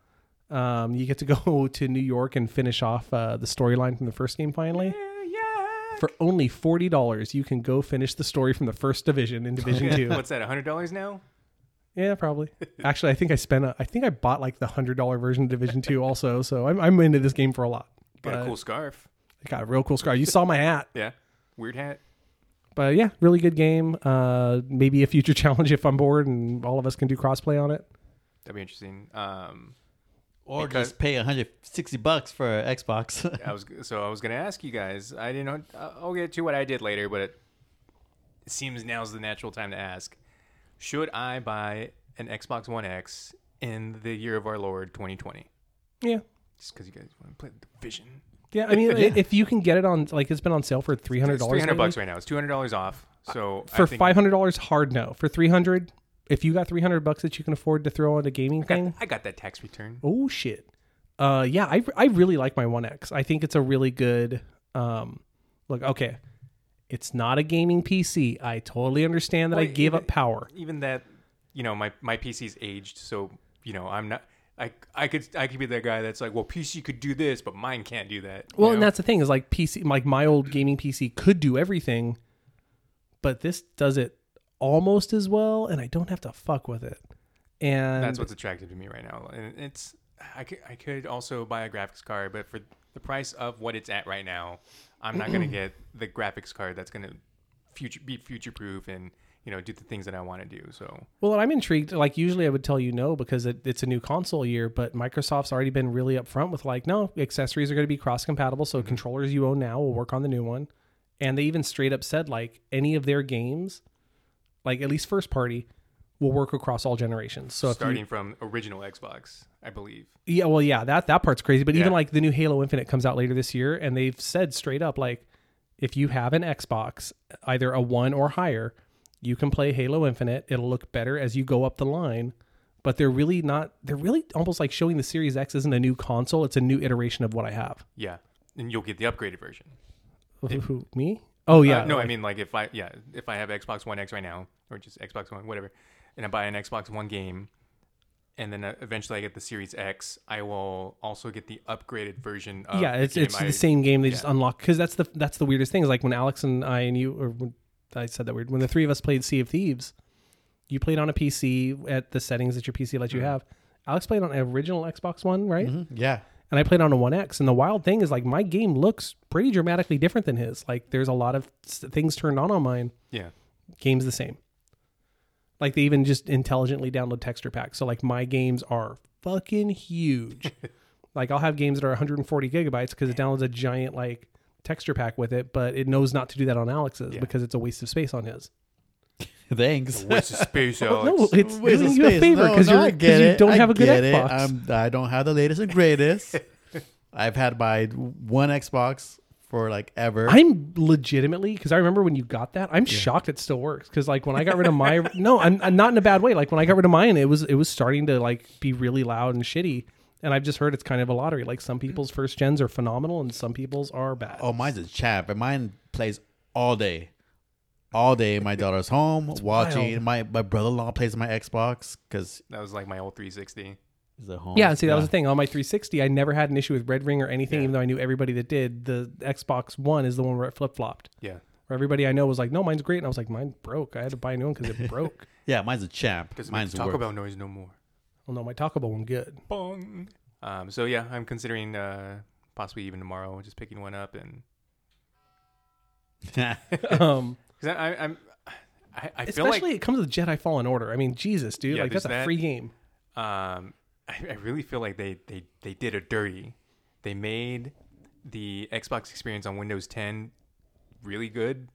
Speaker 2: Um, you get to *laughs* go to New York and finish off uh, the storyline from the first game finally. For only forty dollars, you can go finish the story from the first division in Division Two.
Speaker 1: What's that? hundred dollars now?
Speaker 2: Yeah, probably. Actually, I think I spent. A, I think I bought like the hundred dollar version of Division Two also. So I'm I'm into this game for a lot.
Speaker 1: Got
Speaker 2: But
Speaker 1: a cool scarf.
Speaker 2: I got a real cool scar. You saw my hat.
Speaker 1: Yeah. Weird hat.
Speaker 2: but yeah, really good game. Uh, maybe a future *laughs* challenge if I'm bored and all of us can do crossplay on it.
Speaker 1: That'd be interesting. Um,
Speaker 3: Or
Speaker 1: Because-
Speaker 3: just pay 160 bucks for a Xbox. *laughs*
Speaker 1: I was so I was gonna ask you guys. I didn't. Uh, I'll get to what I did later, but it, it seems now's the natural time to ask. Should I buy an Xbox One X in the year of our Lord 2020?
Speaker 2: Yeah,
Speaker 1: Just because you guys want to play the Division.
Speaker 2: yeah.
Speaker 1: *laughs*
Speaker 2: I mean, i- if you can get it on, like, it's been on sale for three hundred
Speaker 1: It's
Speaker 2: dollars. Uh,
Speaker 1: 300 bucks right now. It's 200 dollars off. So I
Speaker 2: for
Speaker 1: think-
Speaker 2: five hundred dollars. Hard no. For three hundred, if you got three hundred bucks that you can afford to throw on a gaming thing,
Speaker 1: I got that tax return.
Speaker 2: oh shit. Uh, yeah, I I really like my One X. I think it's a really good. Um, look, okay, it's not a gaming PC. I totally understand that I
Speaker 1: Well,
Speaker 2: gave
Speaker 1: even-
Speaker 2: up power.
Speaker 1: Even that, you know, my my PC's aged, so you know, I'm not. I, I could I could be that guy that's like, well, PC could do this, but mine can't do that. you
Speaker 2: Well, and
Speaker 1: know?
Speaker 2: that's the thing is like PC, like my old gaming PC could do everything, but this does it almost as well, and I don't have to fuck with it. And
Speaker 1: that's what's attractive to me right now. And it's I could, I could also buy a graphics card, but for the price of what it's at right now, I'm not going
Speaker 2: *clears throat*
Speaker 1: to get the graphics card that's going to future be future proof and you know do the things that I want to do. So
Speaker 2: well, I'm intrigued. Like usually I would tell you no because it, it's a new console year, but Microsoft's already been really upfront with like, no, accessories are going to be cross compatible, so
Speaker 1: Mm-hmm.
Speaker 2: controllers you own now will work on the new one. And they even straight up said like any of their games, like at least first party, will work across all generations. So if you,
Speaker 1: starting from original Xbox, I believe.
Speaker 2: Yeah, well, yeah, that that part's crazy. But even
Speaker 1: Yeah.
Speaker 2: like the new Halo Infinite comes out later this year, and they've said straight up like, if you have an Xbox, either a one or higher, you can play Halo Infinite. It'll look better as you go up the line. But they're really not. They're really almost like showing the Series X isn't a new console. It's a new iteration of what I have.
Speaker 1: Yeah, and you'll get the upgraded version.
Speaker 2: Who- Me? Oh
Speaker 1: Uh,
Speaker 2: yeah.
Speaker 1: no, I
Speaker 2: like-
Speaker 1: mean like if I yeah if I have Xbox One X right now or just Xbox One whatever, and I buy an Xbox One game, and then uh, eventually I get the Series X, I will also get the upgraded version. of
Speaker 2: yeah,
Speaker 1: the
Speaker 2: it's it's
Speaker 1: game I-
Speaker 2: the same game they just
Speaker 1: yeah.
Speaker 2: unlock because that's the that's the weirdest thing is like when Alex and I and you or when, I said that weird when the three of us played Sea of Thieves, you played on a PC at the settings that your PC lets you
Speaker 1: Mm-hmm.
Speaker 2: have. Alex played on an original Xbox One, right?
Speaker 3: Yeah.
Speaker 2: And I played on a One X. And the wild thing is like my game looks pretty dramatically different than his. Like there's a lot of s- things turned on on mine.
Speaker 1: Yeah,
Speaker 2: Game's the same. Like they even just intelligently download texture packs. So like my games are fucking
Speaker 3: *laughs*
Speaker 2: huge. like I'll have games that are 140 gigabytes because it downloads a giant like texture pack with it, but it knows not to do that on Alex's
Speaker 1: Yeah.
Speaker 2: because it's a waste of space on his.
Speaker 3: Thanks. *laughs*
Speaker 1: what's *laughs* the space, Alex?
Speaker 2: No, it's
Speaker 3: Waste
Speaker 2: doing
Speaker 3: of
Speaker 2: you a
Speaker 3: space.
Speaker 2: favor
Speaker 3: No,
Speaker 2: because
Speaker 3: no, I
Speaker 2: you're
Speaker 3: get
Speaker 2: because you
Speaker 3: it.
Speaker 2: don't
Speaker 3: I
Speaker 2: have a good
Speaker 3: get it.
Speaker 2: Xbox.
Speaker 3: I'm- I don't have the latest and greatest.
Speaker 2: *laughs*
Speaker 3: I've had my one Xbox for like ever.
Speaker 2: I'm legitimately because I remember when you got that. I'm shocked it still works because like when I got rid of my *laughs* no, I'm, I'm not in a bad way. Like when I got rid of mine, it was it was starting to like be really loud and shitty. And I've just heard it's kind of a lottery. Like some people's first gens are phenomenal and some people's are bad.
Speaker 3: oh, mine's a champ, and mine plays all day, all day. My daughter's home watching.
Speaker 2: wild.
Speaker 3: My my brother-in-law plays my Xbox because
Speaker 1: That was like my old 360.
Speaker 3: he's at home.
Speaker 2: yeah, see that was the thing. On my 360, I never had an issue with Red Ring or anything,
Speaker 1: Yeah.
Speaker 2: even though I knew everybody that did. The Xbox One is the one where it flip flopped.
Speaker 1: Yeah,
Speaker 2: Where everybody I know was like, "No, mine's great," and I was like, "Mine broke. I had to buy a new one because it broke."
Speaker 3: Yeah, mine's a champ.
Speaker 1: doesn't
Speaker 3: Mine's
Speaker 1: make the Taco
Speaker 3: work. *laughs*
Speaker 1: Bell noise no more.
Speaker 2: well, no, my Taco Bell one good.
Speaker 1: Bong. Um, so yeah, I'm considering uh, possibly even tomorrow, just picking one up and
Speaker 2: Um,
Speaker 1: because I, I, I'm, I, I feel like
Speaker 2: Especially it comes with Jedi Fallen Order. I mean, Jesus, dude,
Speaker 1: Yeah,
Speaker 2: like that's a
Speaker 1: there's that.
Speaker 2: free game.
Speaker 1: um, I, I really feel like they, they, they did a dirty. They made the Xbox experience on Windows 10 really good,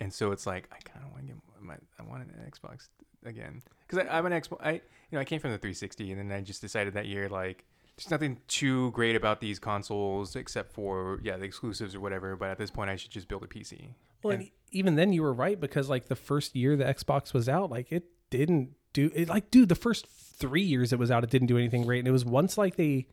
Speaker 1: and so it's like I kind of want to get my I want an Xbox again because I'm an Xbox. I you know I came from the 360, and then I just decided that year like there's nothing too great about these consoles except for yeah the exclusives or whatever. But at this point, I should just build a PC.
Speaker 2: Well, and even then you were right because like the first year the Xbox was out, like it didn't do it. Like, dude, the first three years it was out, it didn't do anything great. And it was once like they,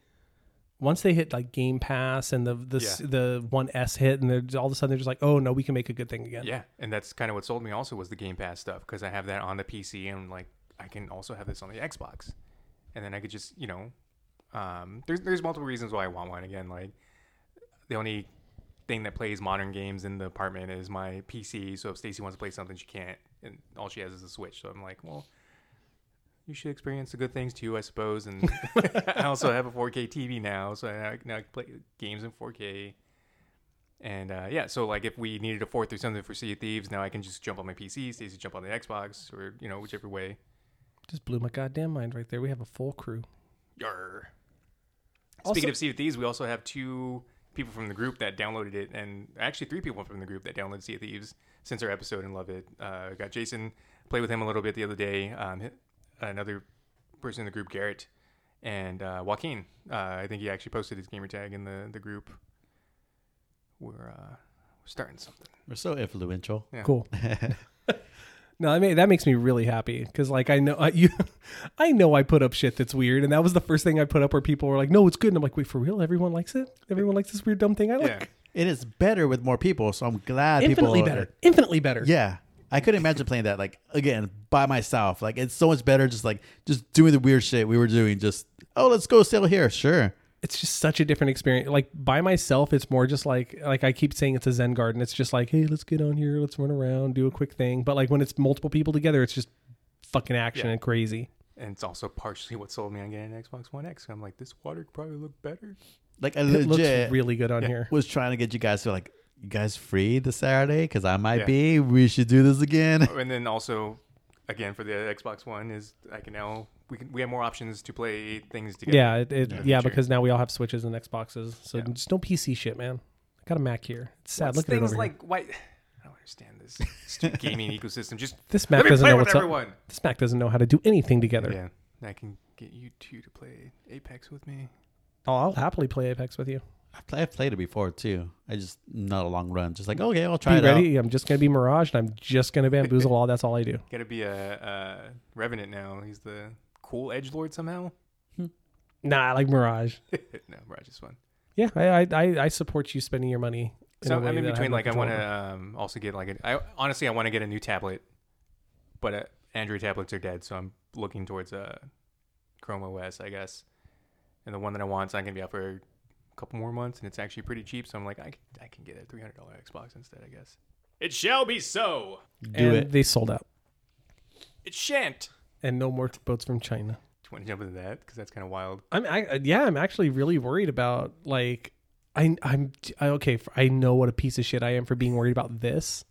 Speaker 2: once they hit like Game Pass and the the s
Speaker 1: Yeah.
Speaker 2: the One S hit, and they're all of a sudden they're just like, oh no, we can make a good thing again.
Speaker 1: Yeah, and that's kind of what sold me also was the Game Pass stuff because I have that on the PC and like I can also have this on the Xbox, and then I could just you know, um, there's there's multiple reasons why I want one again. Like the only thing that plays modern games in the apartment is my PC, so if Stacy wants to play something, she can't, and all she has is a Switch. So I'm like, well. You should experience the good things too, I suppose. And *laughs* I also have a 4K TV now, so I now I can play games in 4K. And uh, yeah, so like if we needed a fourth or something for Sea of Thieves, now I can just jump on my PC, Stacy jump on the Xbox, or you know whichever way.
Speaker 2: Just blew my goddamn mind right there. We have a full crew.
Speaker 1: Yar.
Speaker 2: Also-
Speaker 1: Speaking of Sea of Thieves, we also have two people from the group that downloaded it, and actually three people from the group that downloaded Sea of Thieves since our episode and love it. Uh, got Jason, played with him a little bit the other day. Um, hi- another person in the group, Garrett, and uh, Joaquin. Uh, I think he actually posted his gamer tag in the the group. We're uh, starting something.
Speaker 3: We're so influential.
Speaker 1: Yeah.
Speaker 2: Cool. No, I mean that makes me really happy because, like, I know I, you, *laughs* I know I put up shit that's weird, and that was the first thing I put up where people were like, "No, it's good," and I'm like, "Wait, for real? Everyone likes it? Everyone likes this weird dumb thing I like?
Speaker 1: Yeah.
Speaker 3: It is better with more people, so I'm glad
Speaker 2: Infinitely
Speaker 3: people
Speaker 2: better, infinitely better."
Speaker 3: Yeah. I couldn't imagine playing that like again by myself. Like it's so much better just like just doing the weird shit we were doing. Just oh, let's go sail here. Sure.
Speaker 2: it's just such a different experience. Like by myself, it's more just like like I keep saying it's a Zen garden. It's just like, hey, let's get on here, let's run around, do a quick thing. But like when it's multiple people together, it's just fucking action
Speaker 1: Yeah.
Speaker 2: and crazy.
Speaker 1: and it's also partially what sold me on getting an Xbox One X. I'm like, this water could probably look better.
Speaker 3: Like I
Speaker 2: It
Speaker 3: legit
Speaker 2: looks really good on here.
Speaker 3: was trying to get you guys to like you guys free this Saturday because I might
Speaker 1: Yeah.
Speaker 3: be. We should do this again. *laughs*
Speaker 1: And then also, again for the Xbox One is I can now we can we have more options to play things together.
Speaker 2: Yeah, it, it, yeah,
Speaker 1: Sure.
Speaker 2: because now we all have Switches and Xboxes. So
Speaker 1: Yeah.
Speaker 2: just no PC shit, man. I got a Mac here. It's sad.
Speaker 1: It's
Speaker 2: Look at it
Speaker 1: things
Speaker 2: over here.
Speaker 1: like why I don't understand this *laughs* stupid gaming ecosystem. Just
Speaker 2: This
Speaker 1: let
Speaker 2: Mac
Speaker 1: me
Speaker 2: doesn't
Speaker 1: play
Speaker 2: know
Speaker 1: with
Speaker 2: what's up.
Speaker 1: everyone.
Speaker 2: This Mac doesn't know how to do anything together.
Speaker 1: Yeah, and I can get you two to play Apex with me.
Speaker 2: Oh, I'll happily play Apex with you.
Speaker 3: I've play- I've played it before too. I just not a long run. Just like okay, I'll try
Speaker 2: be
Speaker 3: it out.
Speaker 2: ready. I'm just gonna be Mirage, and I'm just gonna bamboozle all. That's all
Speaker 1: *laughs*
Speaker 2: I do.
Speaker 1: Got to be a, a revenant now. He's the cool edge lord somehow. *laughs*
Speaker 2: Nah, I like Mirage.
Speaker 1: no, Mirage is fun.
Speaker 2: Yeah, I I, I, I support you spending your money. in
Speaker 1: So
Speaker 2: a way
Speaker 1: I'm in
Speaker 2: that
Speaker 1: between.
Speaker 2: no
Speaker 1: like I
Speaker 2: control
Speaker 1: want
Speaker 2: over.
Speaker 1: to um, also get like a, I honestly I want to get a new tablet, but uh, Android tablets are dead, so I'm looking towards uh, Chrome OS, I guess. And the one that I want's not gonna be out for a couple more months, and it's actually pretty cheap. So I'm like, I, c- I can get a three hundred dollar Xbox instead, I guess. It shall be so.
Speaker 2: and
Speaker 3: it.
Speaker 2: they sold out.
Speaker 1: It shan't.
Speaker 2: And no more boats from China.
Speaker 1: Do you want to jump into that? Because that's kind of wild.
Speaker 2: I'm I, uh, yeah, I'm actually really worried about like I I'm I, okay. f- I know what a piece of shit I am for being worried about this,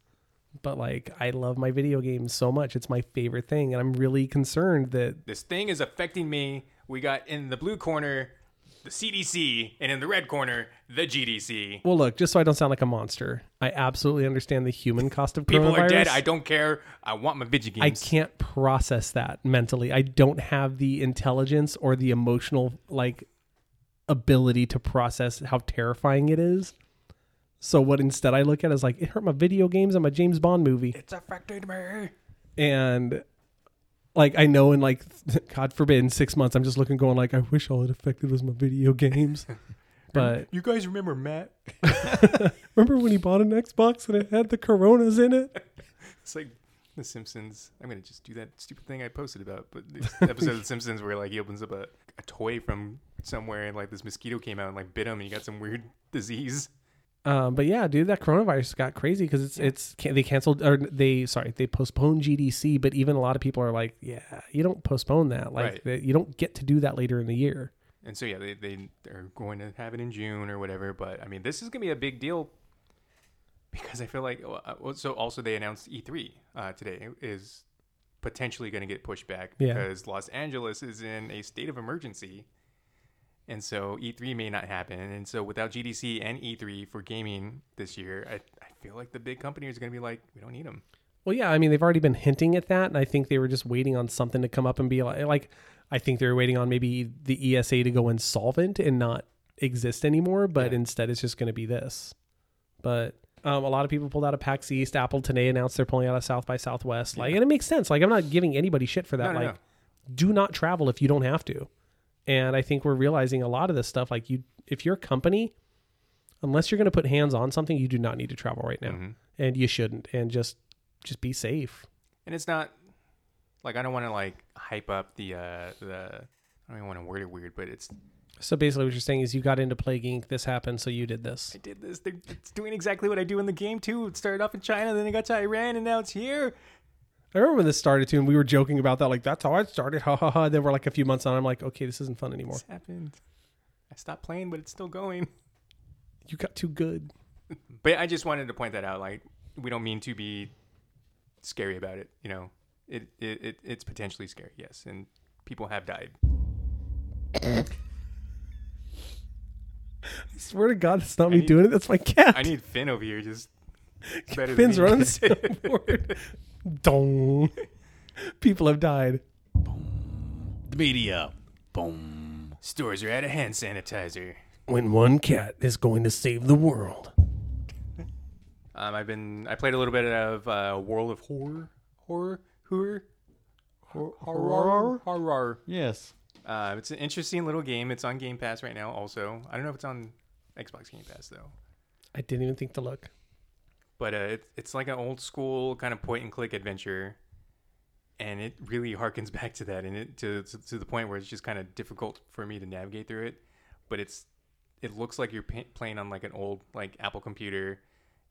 Speaker 2: but like I love my video games so much; it's my favorite thing, and I'm really concerned that
Speaker 1: This thing is affecting me. We got in the blue corner the CDC, and in the red corner the GDC.
Speaker 2: Well, look, just so I don't sound like a monster, I absolutely understand the human cost of
Speaker 1: People
Speaker 2: coronavirus.
Speaker 1: are dead. I don't care. I want my video
Speaker 2: I
Speaker 1: games.
Speaker 2: can't process that mentally. I don't have the intelligence or the emotional like ability to process how terrifying it is. So what instead I look at is like it hurt my video games and my James Bond movie,
Speaker 1: it's affecting me.
Speaker 2: and like I know in like *laughs* God forbid in six months I'm just looking going like I wish all it affected was my video *laughs* games, but
Speaker 1: You guys remember Matt? *laughs*
Speaker 2: remember when he bought an Xbox and it had the Coronas in it?
Speaker 1: It's like The Simpsons. I'm gonna just do that stupid thing I posted about, but *laughs* this episode of The Simpsons where like he opens up a, a toy from somewhere and like this mosquito came out and like bit him and he got some weird *laughs* disease.
Speaker 2: Um, but yeah, dude, that coronavirus got crazy because it's it's can, they canceled or they sorry they postponed GDC, but even a lot of people are like, yeah, you don't postpone that, like
Speaker 1: Right.
Speaker 2: that- you don't get to do that later in the year.
Speaker 1: And so yeah, they they are going to have it in June or whatever. But I mean, this is gonna be a big deal because I feel like well, uh, well, so also they announced E3 uh, today is potentially gonna get pushed back
Speaker 2: Yeah.
Speaker 1: because Los Angeles is in a state of emergency, and so E3 may not happen. And so without GDC and E3 for gaming this year, I I feel like the big companies are gonna be like, we don't need them.
Speaker 2: Well, yeah, I mean they've already been hinting at that, and I think they were just waiting on something to come up and be like, like I think they were waiting on maybe the ESA to go insolvent and not exist anymore, but instead it's just going to be this. But um, a lot of people pulled out of PAX East. Apple today announced they're pulling out of South by Southwest. Like, and it makes sense. Like, I'm not giving anybody shit for that.
Speaker 1: No, no,
Speaker 2: like,
Speaker 1: no.
Speaker 2: do not travel if you don't have to. And I think we're realizing a lot of this stuff. Like, you, if you're a company, unless you're going to put hands on something, you do not need to travel right now,
Speaker 1: Mhm.
Speaker 2: and you shouldn't. And just, just be safe.
Speaker 1: and it's not like I don't want to like hype up the uh the I don't even want to word it weird, but it's
Speaker 2: So basically, what you're saying is you got into Plague Inc. This happened, so you did this.
Speaker 1: I did this. They're, it's doing exactly what I do in the game too. It started off in China, then it got to Iran, and now it's here.
Speaker 2: I remember when this started too, and we were joking about that. Like that's how I started. Ha ha ha. Then we're like a few months on. I'm like, okay, this isn't fun anymore.
Speaker 1: It's happened. I stopped playing, but it's still going.
Speaker 2: You got too good.
Speaker 1: But I just wanted to point that out. Like we don't mean to be scary about it. You know, it it, it it's potentially scary. Yes, and people have died.
Speaker 2: I swear to God, that's not me
Speaker 1: need-
Speaker 2: doing it. That's my cat.
Speaker 1: I need Finn over here. Just better than
Speaker 2: Finn's
Speaker 1: me. *laughs*
Speaker 2: running the snowboard. Dong. People have died.
Speaker 3: The media. Boom.
Speaker 1: Stores are out of hand sanitizer.
Speaker 2: When one cat is going to save the world.
Speaker 1: Um, I've been I played a little bit of uh, World of Horror, horror, horror, horror, horror.
Speaker 3: Yes.
Speaker 1: Uh, it's an interesting little game. It's on Game Pass right now. Also, I don't know if it's on Xbox Game Pass though.
Speaker 2: I didn't even think to look.
Speaker 1: But uh, it, it's like an old school kind of point and click adventure, and it really harkens *laughs* back to that, and it to to, to the point where it's just kind of difficult for me to navigate through it. But it's it looks like you're pa- playing on like an old like Apple computer,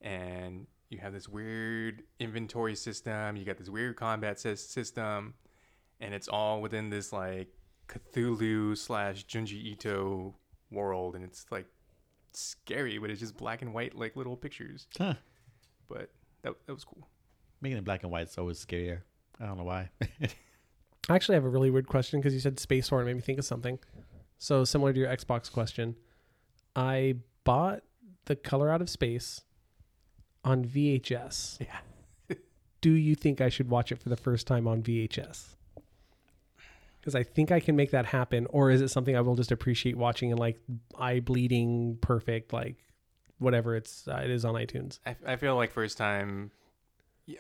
Speaker 1: and you have this weird inventory system. You got this weird combat sys- system, and it's all within this like Cthulhu slash Junji Ito world, and it's like scary, but it's just black and white like little pictures.
Speaker 3: Huh.
Speaker 1: But that, that was cool.
Speaker 3: Making it black and white is always scarier. I don't know why.
Speaker 2: I actually have a really weird question because you said space horn made me think of something. So similar to your Xbox question, I bought the color out of space on VHS.
Speaker 1: Yeah. *laughs*
Speaker 2: Do you think I should watch it for the first time on VHS? Because I think I can make that happen, or is it something I will just appreciate watching and like eye bleeding perfect, like whatever it's uh, it is on iTunes.
Speaker 1: I, I feel like first time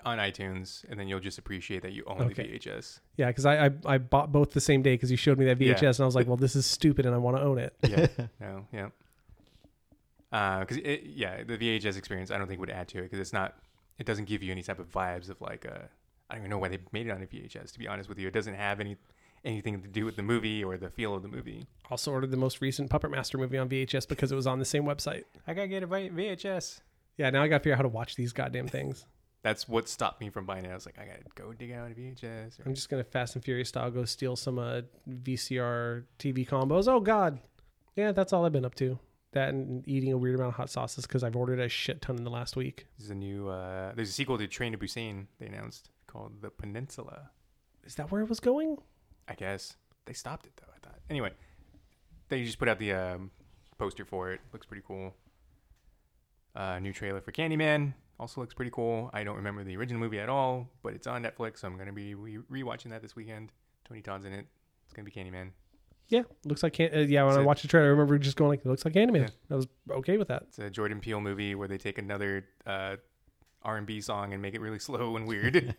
Speaker 1: on iTunes, and then you'll just appreciate that you own
Speaker 2: Okay.
Speaker 1: the VHS.
Speaker 2: Yeah, because I, I I bought both the same day because you showed me that
Speaker 1: Yeah.
Speaker 2: VHS and I was like, well, this is stupid and I want to own it.
Speaker 1: Yeah. no. Yeah. Because it yeah, the VHS experience I don't think would add to it because it's not. It doesn't give you any type of vibes of like a I don't even know why they made it on a VHS. To be honest with you, it doesn't have any anything to do with the movie or the feel of the movie.
Speaker 2: Also ordered the most recent Puppet Master movie on VHS because it was on the same website.
Speaker 1: I gotta get a vi- VHS.
Speaker 2: Yeah, now I got to figure out how to watch these goddamn things.
Speaker 1: That's what stopped me from buying it. I was like, I gotta go dig out a VHS. Or,
Speaker 2: I'm just gonna Fast and Furious style go steal some uh, VCR TV combos. Oh God, yeah, that's all I've been up to. That and eating a weird amount of hot sauces because I've ordered a shit ton in the last week.
Speaker 1: there's a new. Uh, there's a sequel to Train to Busan they announced called The Peninsula.
Speaker 2: Is that where it was going?
Speaker 1: I guess they stopped it though. I thought. Anyway, they just put out the um, poster for it. Looks pretty cool. Uh, new trailer for Candyman also looks pretty cool. I don't remember the original movie at all, but it's on Netflix, so I'm gonna be re- rewatching that this weekend. Tony Todd's in it. It's gonna be Candyman.
Speaker 2: Yeah, looks like can- uh, yeah. When
Speaker 1: Is
Speaker 2: I
Speaker 1: it-
Speaker 2: watched the trailer, I remember just going like, "It looks like anime."
Speaker 1: Yeah.
Speaker 2: I was okay with that.
Speaker 1: It's a Jordan Peele movie where they take another uh, R&B song and make it really *laughs* slow and
Speaker 3: *laughs*
Speaker 1: weird.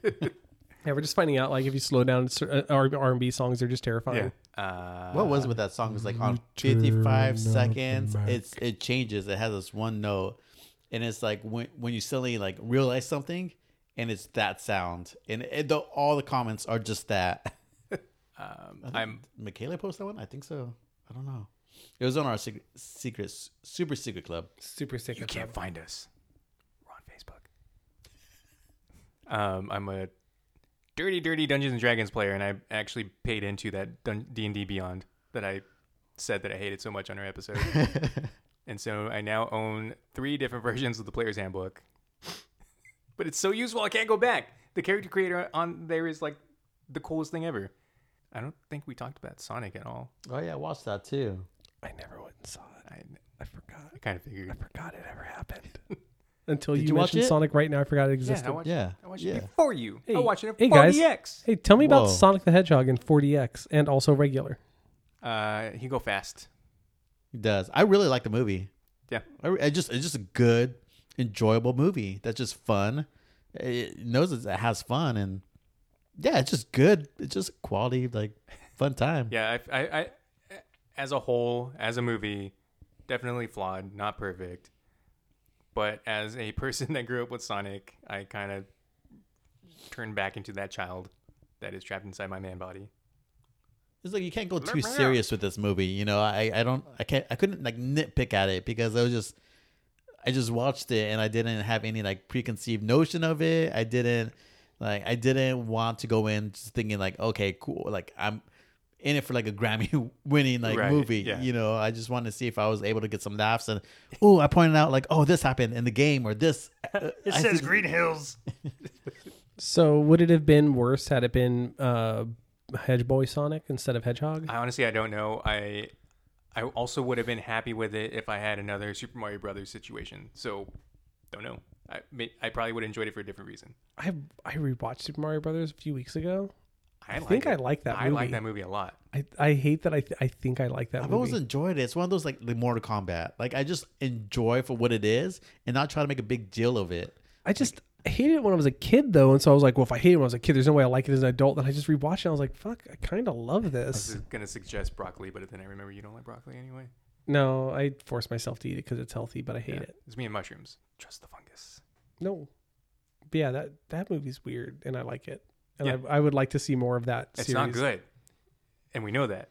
Speaker 2: Yeah, we're just finding out like if you slow down, cer- uh, R and B songs are just terrifying.
Speaker 1: yeah. Uh,
Speaker 3: What was it with that song? It was like on 55 seconds, it's it changes. It has this one note, and it's like when when you suddenly like realize something, and it's that sound, and it, the, all the comments are just that. *laughs*
Speaker 1: Um,
Speaker 3: I think-
Speaker 1: I'm
Speaker 3: did Michaela post that one. I think so. I don't know. It was on our secret, secret super secret club.
Speaker 2: Super sick.
Speaker 1: You
Speaker 2: of
Speaker 1: can't
Speaker 2: that.
Speaker 1: find us. We're on Facebook. *laughs* Um, I'm a dirty, dirty Dungeons and Dragons player, and I actually paid into that Dun- D&D Beyond that I said that I hated so much on our *laughs* episode. and so I now own three different *laughs* versions of the Player's Handbook. But it's so useful, I can't go back. The character creator on there is like the coolest thing ever. I don't think we talked about Sonic at all.
Speaker 3: Oh yeah, I watched that too.
Speaker 2: I never went and saw it.
Speaker 1: I,
Speaker 2: I forgot.
Speaker 1: I kind of figured.
Speaker 2: I forgot it ever happened. *laughs* Until
Speaker 3: Did
Speaker 2: you,
Speaker 3: you watch
Speaker 2: mentioned
Speaker 3: it?
Speaker 2: Sonic right now, I forgot it
Speaker 1: Yeah,
Speaker 2: existed.
Speaker 1: I watched,
Speaker 3: Yeah,
Speaker 1: I watched
Speaker 3: yeah.
Speaker 1: it before you.
Speaker 2: Hey,
Speaker 1: I watched it at
Speaker 2: hey,
Speaker 1: 4DX.
Speaker 2: guys. hey, tell me about
Speaker 3: Whoa.
Speaker 2: Sonic the Hedgehog in 40X and also regular.
Speaker 1: Uh, he go fast.
Speaker 3: He does. I really like the movie.
Speaker 1: Yeah.
Speaker 3: I, I just it's just a good, enjoyable movie that's just fun. It knows it's- it has fun and yeah, it's just good. It's just quality like fun time.
Speaker 1: Yeah, I, I, I, as a whole, as a movie, definitely flawed, not perfect. But as a *laughs* person that grew up with Sonic, I kind of turned back into that child that is trapped inside my man body.
Speaker 3: It's like you can't go too
Speaker 1: Blurp it
Speaker 3: serious with this movie. You know, I I don't I can't I couldn't like nitpick at it because I was just I just watched it and I didn't have any like preconceived notion of it. I didn't like I didn't want to go in just thinking like okay cool like I'm in it for like a Grammy *laughs* winning like
Speaker 1: Right,
Speaker 3: movie.
Speaker 1: yeah.
Speaker 3: You know, I just wanted to see if I was able to get some laughs and oh I pointed out like oh this happened in the game or this. *laughs* it says
Speaker 1: Green Hills.
Speaker 2: So would it have been worse had it been uh, Hedgeboy Sonic instead of Hedgehog?
Speaker 1: I honestly, I don't know. I, I also would have been happy with it if I had another Super Mario Brothers situation. So, don't know. I, may, I probably would have enjoyed it for a different reason.
Speaker 2: I I rewatched Super Mario Brothers a few weeks ago.
Speaker 1: I, like
Speaker 2: think I
Speaker 1: it.
Speaker 2: like that
Speaker 1: I like
Speaker 2: movie.
Speaker 1: that movie a lot.
Speaker 2: I, I hate that I th- I think I like that
Speaker 3: I've
Speaker 2: movie.
Speaker 3: always enjoyed it. It's one of those like the Mortal Kombat. Like I just enjoy for what it is and not try to make a big deal of it.
Speaker 2: I just hated it when I was a kid though, and so I was like, well, if I hated it when I was a kid, there's no way I like it as an adult. And I just rewatched it. and I was like, fuck, I kind of love
Speaker 1: I
Speaker 2: this.
Speaker 1: was gonna suggest broccoli, but then I remember you don't like broccoli anyway.
Speaker 2: No, I force myself to eat it because it's healthy, but I hate
Speaker 1: Yeah.
Speaker 2: it.
Speaker 1: It's me and mushrooms. Trust the fungus.
Speaker 2: No, but yeah, that that movie's weird, and I like it, and
Speaker 1: Yeah.
Speaker 2: I, I would like to see more of that.
Speaker 1: It's
Speaker 2: series.
Speaker 1: not good, and we know that.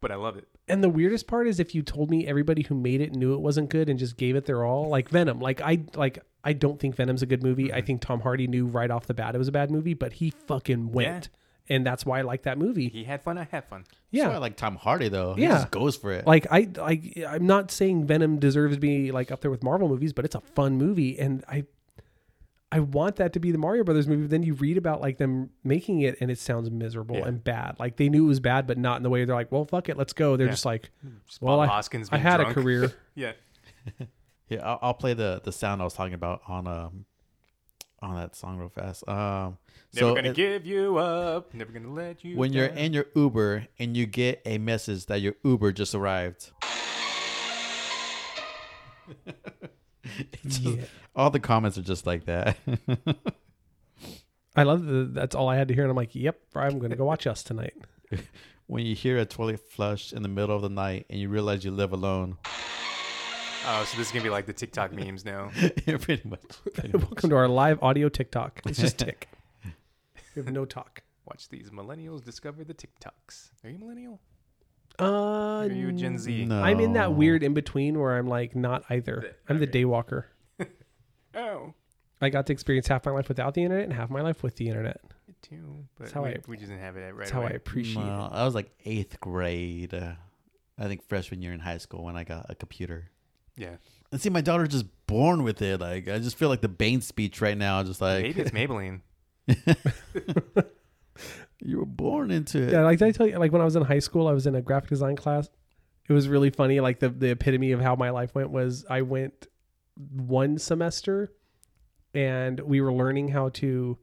Speaker 1: But I love it.
Speaker 2: And the weirdest part is if you told me everybody who made it knew it wasn't good and just gave it their all, like Venom. Like I like I don't think Venom's a good movie.
Speaker 1: Mm-hmm.
Speaker 2: I think Tom Hardy knew right off the bat it was a bad movie, but he fucking went, and that's why I like that movie.
Speaker 1: He had fun. I had fun.
Speaker 3: That's
Speaker 2: Yeah,
Speaker 3: why I like Tom Hardy though. He
Speaker 2: Yeah.
Speaker 3: just goes for it.
Speaker 2: like I like I'm not saying Venom deserves to be like up there with Marvel movies, but it's a fun movie, and I I want that to be the Mario Brothers movie. But then you read about like them making it, and it sounds miserable
Speaker 1: Yeah.
Speaker 2: and bad. Like they knew it was bad, but not in the way they're like, well, fuck it, let's go. They're
Speaker 1: Yeah.
Speaker 2: just like,
Speaker 1: Just
Speaker 2: well,
Speaker 1: Bob
Speaker 2: I,
Speaker 1: Hoskins
Speaker 2: I
Speaker 1: being
Speaker 2: had
Speaker 1: drunk. *laughs*
Speaker 2: a career.
Speaker 1: Yeah.
Speaker 3: Yeah, I'll, I'll play the the sound I was talking about on um on that song real fast. Um,
Speaker 1: Never
Speaker 3: so
Speaker 1: gonna
Speaker 3: it-
Speaker 1: give you up. Never gonna let you.
Speaker 3: when you're
Speaker 1: down.
Speaker 3: in your Uber and you get a message that your Uber just arrived. It's just-
Speaker 2: Yeah.
Speaker 3: All the comments are just like that. *laughs*
Speaker 2: I love that. That's all I had to hear, and I'm like, yep, I'm gonna go watch us tonight.
Speaker 3: when you hear a toilet flush in the middle of the night and you realize you live alone, *laughs*
Speaker 1: oh, so this is gonna be like the TikTok memes now.
Speaker 2: *laughs*
Speaker 3: pretty much.
Speaker 1: *laughs*
Speaker 3: pretty much.
Speaker 2: Welcome to our live audio TikTok. It's just tick. We have no talk.
Speaker 1: Watch these millennials discover the TikToks. Are you a millennial?
Speaker 2: Uh,
Speaker 1: Or are you a
Speaker 2: Um,
Speaker 1: Gen Z?
Speaker 3: No.
Speaker 2: I'm in that weird in between where I'm like not either. I'm the day walker.
Speaker 1: Oh,
Speaker 2: I got to experience half my life without the internet and half my life with the internet.
Speaker 1: me too. But
Speaker 2: how
Speaker 1: we,
Speaker 2: I-
Speaker 1: we just didn't have it right
Speaker 2: That's
Speaker 1: away.
Speaker 2: how I appreciate
Speaker 3: Well, I was like eighth grade. Uh, I think freshman year in high school when I got a computer.
Speaker 1: yeah.
Speaker 3: And see, my daughter's just born with it. Like I just feel like the Bane speech right now. Just like
Speaker 1: Maybe it's Maybelline.
Speaker 2: *laughs*
Speaker 3: you were born into
Speaker 2: it.
Speaker 3: it.
Speaker 2: Yeah, like did I tell you, like when I was in high school, I was in a graphic design class. It was really funny. Like the the epitome of how my life went was I went one semester, and we were learning how to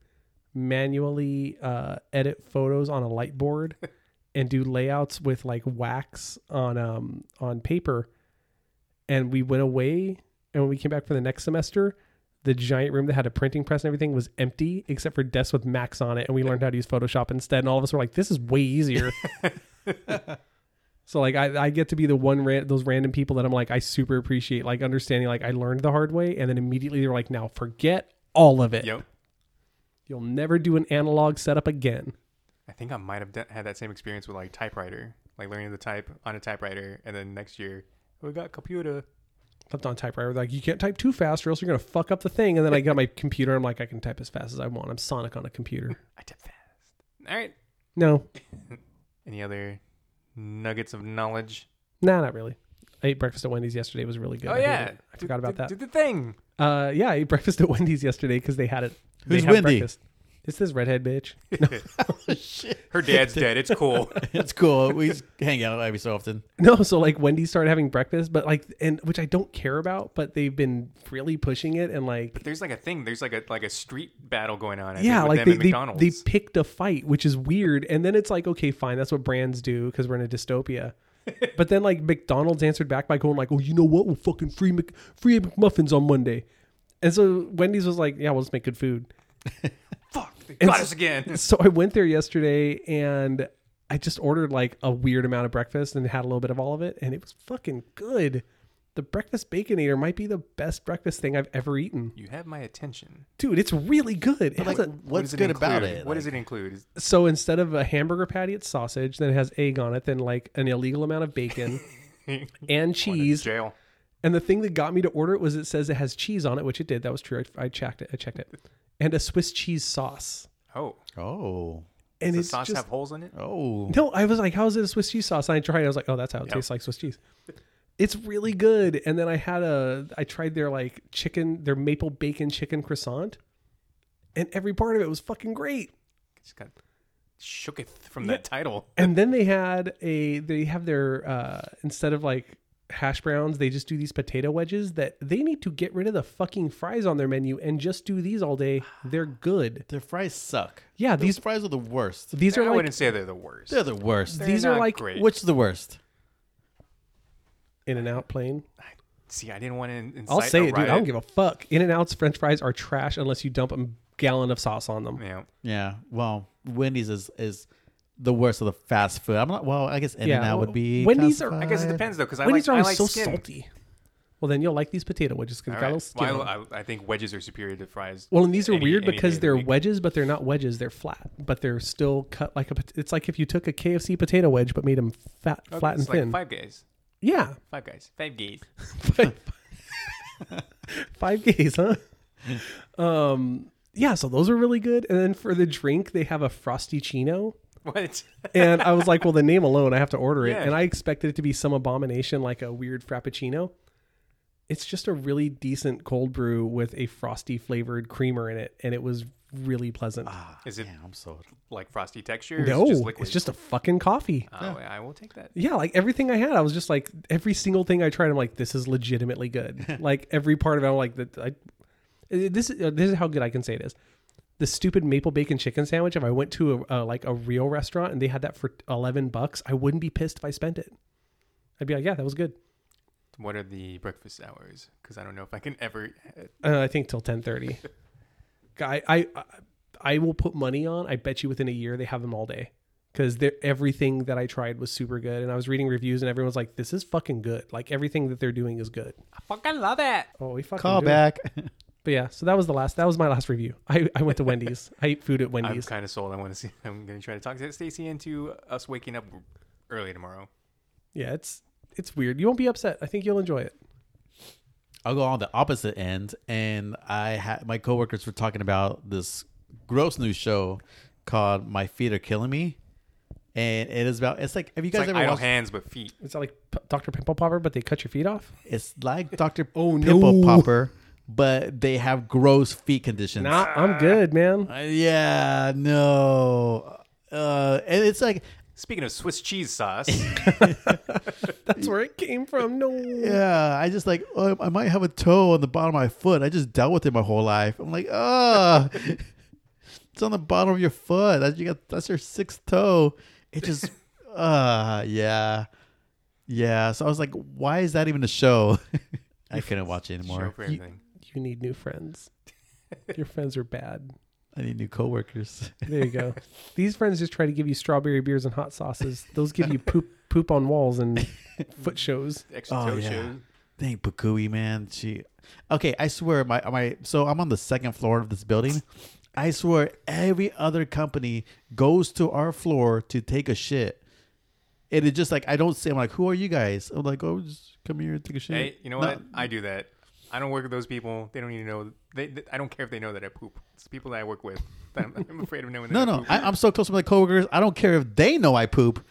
Speaker 2: manually uh, edit photos on a light board and do layouts with like wax on um on paper. And we went away, and when we came back for the next semester. The giant room that had a printing press and everything was empty except for desks with Macs on it, and we learned how to use Photoshop instead. And all of us were like, "This is way easier." so like, I, I get to be the one ran- those random people that I'm like, I super appreciate like understanding like I learned the hard way, and then immediately they're like, "Now forget all of it.
Speaker 1: Yep.
Speaker 2: You'll never do an analog setup again."
Speaker 1: I think I might have done, had that same experience with like typewriter, like learning to type on a typewriter, and then next year oh, we got computer.
Speaker 2: Left on typewriter, like you can't type too fast, or else you're gonna fuck up the thing. And then I got my computer. I'm like, I can type as fast as I want. I'm Sonic on a computer.
Speaker 1: I type fast. All right.
Speaker 2: No,
Speaker 1: Any other nuggets of knowledge?
Speaker 2: nah, not really. I ate breakfast at Wendy's yesterday. It was really good.
Speaker 1: oh
Speaker 2: I ate
Speaker 1: yeah,
Speaker 2: it. I forgot
Speaker 1: Do-
Speaker 2: about that.
Speaker 1: do- Do the thing.
Speaker 2: Uh, yeah, I ate *laughs* breakfast at Wendy's yesterday because they had it. They
Speaker 3: Who's
Speaker 2: have
Speaker 3: Wendy?
Speaker 2: breakfast. It's this redhead bitch. *laughs*
Speaker 1: *laughs*
Speaker 3: *laughs*
Speaker 1: Her dad's dead. It's cool.
Speaker 3: It's cool. We just hang out every so often.
Speaker 2: No, so like Wendy started having breakfast, but like, and which I don't care about, but they've been really pushing it, and like,
Speaker 1: There's like a thing. There's like a like a street battle going on. I
Speaker 2: yeah,
Speaker 1: think, with
Speaker 2: like
Speaker 1: them
Speaker 2: they
Speaker 1: and
Speaker 2: they,
Speaker 1: McDonald's.
Speaker 2: they picked a fight, which is weird. And then it's like, okay, fine, that's what brands do because we're in
Speaker 1: *laughs*
Speaker 2: a dystopia. but then like McDonald's answered back by going like, oh, you know what? We'll fucking free Mc, free McMuffins on Monday. And so Wendy's was like, yeah, we'll just make good food.
Speaker 1: *laughs* Fuck, they got
Speaker 2: so-
Speaker 1: us again. *laughs*
Speaker 2: so I went there yesterday and I just ordered like a weird amount of breakfast and had a little bit of all of it and it was fucking good. The breakfast baconator might be the best breakfast thing I've ever eaten.
Speaker 1: You have my attention.
Speaker 2: Dude, it's really good. It
Speaker 3: Like,
Speaker 2: has a-
Speaker 1: What
Speaker 3: what's
Speaker 1: does
Speaker 3: good about
Speaker 1: include?
Speaker 3: it?
Speaker 1: What does it include? Is-
Speaker 2: so instead of a hamburger patty, it's sausage, then it has egg on it, then like an illegal amount
Speaker 1: *laughs*
Speaker 2: of bacon and cheese.
Speaker 1: Jail.
Speaker 2: And the thing that got me to order it was it says it has cheese on it, which it did. That was true. I, I checked it. I checked it. And a Swiss cheese sauce.
Speaker 1: Oh,
Speaker 3: Oh,
Speaker 2: And
Speaker 1: does
Speaker 2: it's
Speaker 1: the sauce
Speaker 2: just,
Speaker 1: have holes in it?
Speaker 2: *laughs*
Speaker 3: oh,
Speaker 2: No, I was like, how is it a Swiss cheese sauce? And I tried. it. I was like, oh, that's how it tastes like Swiss cheese. It's really good. And then I had a, I tried their like chicken, their maple bacon chicken croissant, and every part of it was fucking great.
Speaker 1: Just got shooketh from that title.
Speaker 2: And then they had a, they have their, uh, instead of like hash browns, they just do these potato wedges that they need to get rid of the fucking fries on their menu and just do these all day. They're good.
Speaker 3: their fries suck.
Speaker 2: Yeah,
Speaker 3: These
Speaker 2: these
Speaker 3: fries are the worst.
Speaker 2: these
Speaker 1: I
Speaker 2: are like
Speaker 1: wouldn't say they're the worst.
Speaker 3: They're the worst.
Speaker 1: They're
Speaker 2: these are
Speaker 1: not
Speaker 2: like
Speaker 1: great.
Speaker 3: Which is the worst?
Speaker 2: In and Out plain.
Speaker 1: See, I didn't want to incite
Speaker 2: I'll say
Speaker 1: a
Speaker 2: it, dude. I don't give a fuck. In and Out's French fries are trash unless you dump a gallon of sauce on them.
Speaker 1: Yeah.
Speaker 3: Yeah. Well, Wendy's is is the worst of the fast food. I'm not. Well, I guess In and
Speaker 2: Yeah,
Speaker 3: Out would be.
Speaker 2: Wendy's are-
Speaker 1: I guess it
Speaker 3: classified.
Speaker 1: depends though, because I
Speaker 2: Wendy's
Speaker 1: like
Speaker 2: are
Speaker 1: I
Speaker 2: always
Speaker 1: like
Speaker 2: so
Speaker 1: skin.
Speaker 2: salty. Well, then you'll like these potato wedges because
Speaker 1: All
Speaker 2: got a little
Speaker 1: right.
Speaker 2: skin.
Speaker 1: Well,
Speaker 2: on them.
Speaker 1: I, I think wedges are superior to fries.
Speaker 2: well, and these are
Speaker 1: any-
Speaker 2: weird
Speaker 1: any day
Speaker 2: because
Speaker 1: of the
Speaker 2: they're
Speaker 1: week.
Speaker 2: wedges, but they're not wedges. They're flat, but they're still cut like a. pot- It's like if you took a KFC potato wedge but made them fat,
Speaker 1: Okay,
Speaker 2: flat and
Speaker 1: it's like
Speaker 2: thin.
Speaker 1: Five guys.
Speaker 2: Yeah,
Speaker 1: Five guys. Five guys. *laughs*
Speaker 2: five, *laughs* five gays, huh?
Speaker 1: *laughs*
Speaker 2: Um, yeah. So those are really good. And then for the drink, they have a frosty chino.
Speaker 1: What?
Speaker 2: and I was like, well, the name alone, I have to order it.
Speaker 1: Yeah.
Speaker 2: And I expected it to be some abomination, like a weird frappuccino. It's just a really decent cold brew with a frosty flavored creamer in it, and it was really
Speaker 1: Ah,
Speaker 2: pleasant.
Speaker 1: Is it
Speaker 3: Yeah, I'm sold.
Speaker 1: like frosty texture? or
Speaker 2: no,
Speaker 1: is it just liquid?
Speaker 2: it's just a fucking coffee.
Speaker 1: Oh, I will take that.
Speaker 2: Yeah, like everything I had, I was just like every single thing I tried. I'm like, this is legitimately good. like every part of it, I'm like that. I this is uh, this is how good I can say it is. The stupid maple bacon chicken sandwich. If I went to a, a like a real restaurant and they had that for eleven bucks, I wouldn't be pissed if I spent it. I'd be like, yeah, that was good.
Speaker 1: What are the breakfast hours? Because I don't know if I can ever. *laughs*
Speaker 2: Uh, I think till ten *laughs* thirty. I, I I will put money on. I bet you within a year they have them all day because everything that I tried was super good. And I was reading reviews and everyone's like, this is fucking good. Like everything that they're doing is good.
Speaker 1: I fucking love it.
Speaker 2: Oh, we fucking
Speaker 3: Call
Speaker 2: do.
Speaker 3: back.
Speaker 2: But But yeah, so that was the last. That was my last review. I, I went to *laughs* Wendy's. I ate food at
Speaker 1: I'm
Speaker 2: Wendy's.
Speaker 1: kind of sold. I want to see. I'm going to try to talk to Stacy into us waking up early tomorrow.
Speaker 2: Yeah, it's it's weird. You won't be upset. I think you'll enjoy it.
Speaker 3: I'll go on the opposite end, and I had my coworkers were talking about this gross new show called "My Feet Are Killing Me," and it is about it's like have you
Speaker 1: It's
Speaker 3: guys
Speaker 1: like
Speaker 3: ever
Speaker 1: idle
Speaker 3: watched?
Speaker 1: hands but feet.
Speaker 2: It's not like P- Dr. Pimple Popper, but they cut your feet off.
Speaker 3: It's like Doctor
Speaker 2: Oh,
Speaker 3: Pimple
Speaker 2: no.
Speaker 3: Popper, but they have gross feet conditions.
Speaker 2: Nah, I'm good, man.
Speaker 3: Uh, yeah, no, uh, and it's like
Speaker 1: Speaking of Swiss cheese sauce,
Speaker 3: *laughs*
Speaker 2: That's where it came from. No.
Speaker 3: Yeah, I just like oh, I might have a toe on the bottom of my foot. I just dealt with it my whole life. I'm like, ah, *laughs* it's on the bottom of your foot. That you got. That's your sixth toe.
Speaker 1: *laughs*
Speaker 3: It just, ah, yeah, yeah. So I was like, why is that even a show? *laughs* I couldn't watch it
Speaker 1: show
Speaker 3: anymore.
Speaker 1: for everything.
Speaker 2: You need new friends. Your friends are bad.
Speaker 3: I need new coworkers.
Speaker 2: There you go. These friends just try to give you strawberry beers and hot sauces. Those give you *laughs* poop poop on walls *laughs* and foot shows.
Speaker 1: Extra
Speaker 3: Oh,
Speaker 1: toe
Speaker 3: yeah.
Speaker 1: shoes.
Speaker 3: Dang, Pakui, man. She, okay. I swear, my my. So I'm on the second floor of this building. I swear, every other company goes to our floor to take a shit. And it's just like I don't say. I'm like, who are you guys? I'm like, oh, just come here and take a shit.
Speaker 1: Hey, you know
Speaker 3: No,
Speaker 1: what? I do that. I don't work with those people. They don't even know. They, they- I don't care if they know that I poop. It's the people that I work with. That I'm, *laughs* I'm afraid of knowing. That
Speaker 3: No,
Speaker 1: I
Speaker 3: no.
Speaker 1: poop.
Speaker 3: I, I'm so close with my coworkers. I don't care if they know I poop.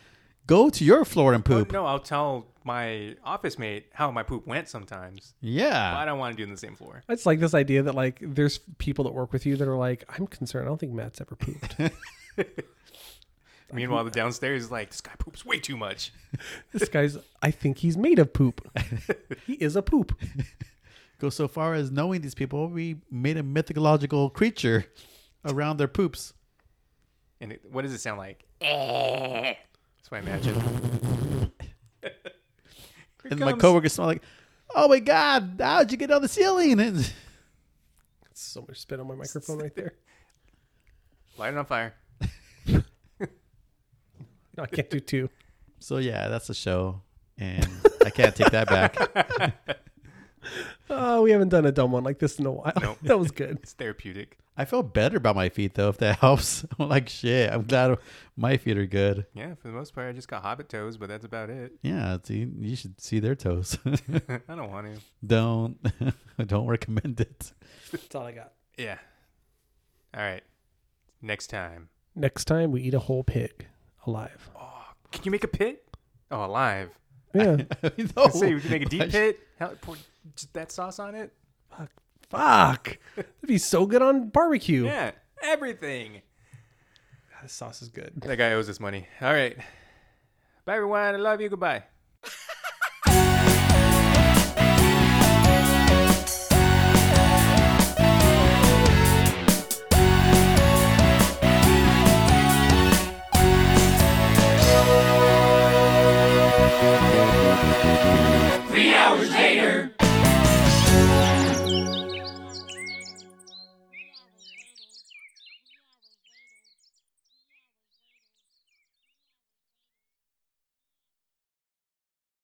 Speaker 3: Go to your floor and
Speaker 1: Oh,
Speaker 3: poop.
Speaker 1: no, I'll tell my office mate how my poop went sometimes. But I
Speaker 3: Yeah.
Speaker 1: don't want to do it in the same floor.
Speaker 2: It's like this idea that like there's people that work with you that are like, I'm concerned. I don't think Matt's ever pooped. *laughs*
Speaker 1: Meanwhile, the downstairs is like, this guy poops way too much.
Speaker 2: this guy's. I think he's made of *laughs* poop. he is a poop.
Speaker 3: Go so far as knowing these people. We made a mythological creature around their poops.
Speaker 1: And it, what does it sound like? *laughs* That's what I
Speaker 3: *laughs*
Speaker 1: imagine. *laughs* Here
Speaker 3: and my
Speaker 1: comes-
Speaker 3: coworkers smell like, oh my god, how'd you get on the ceiling? And *laughs*
Speaker 2: So much spit on my microphone right there.
Speaker 1: Light it on fire.
Speaker 2: No, I can't do *laughs* two.
Speaker 3: so yeah, that's the show, and I can't take
Speaker 1: *laughs*
Speaker 3: that back.
Speaker 2: Oh, we haven't done a dumb one like this in a while. *laughs*
Speaker 3: *laughs*
Speaker 1: Nope.
Speaker 2: that was good.
Speaker 1: It's therapeutic.
Speaker 3: I feel better about my feet though, if that *laughs* helps. I'm like, shit, I'm glad my feet are good.
Speaker 1: Yeah, for the most part, I just got hobbit toes, but that's about *laughs* it.
Speaker 3: Yeah, see, you should see their toes. *laughs*
Speaker 1: I don't want to.
Speaker 3: don't *laughs* don't recommend it. *laughs*
Speaker 2: That's all I got.
Speaker 1: Yeah. All right. Next time.
Speaker 2: Next time we eat a whole pig alive.
Speaker 1: Can you make a pit? Oh, alive.
Speaker 2: Yeah.
Speaker 3: no. *laughs*
Speaker 1: I say we can make a *laughs* deep pit. Hell, pour just that sauce on it.
Speaker 2: *laughs* Fuck. That'd be so good on barbecue.
Speaker 1: Yeah, everything.
Speaker 2: This sauce is good.
Speaker 1: That guy owes us money. All right. Bye, everyone. I love you. Goodbye.
Speaker 4: Three hours later.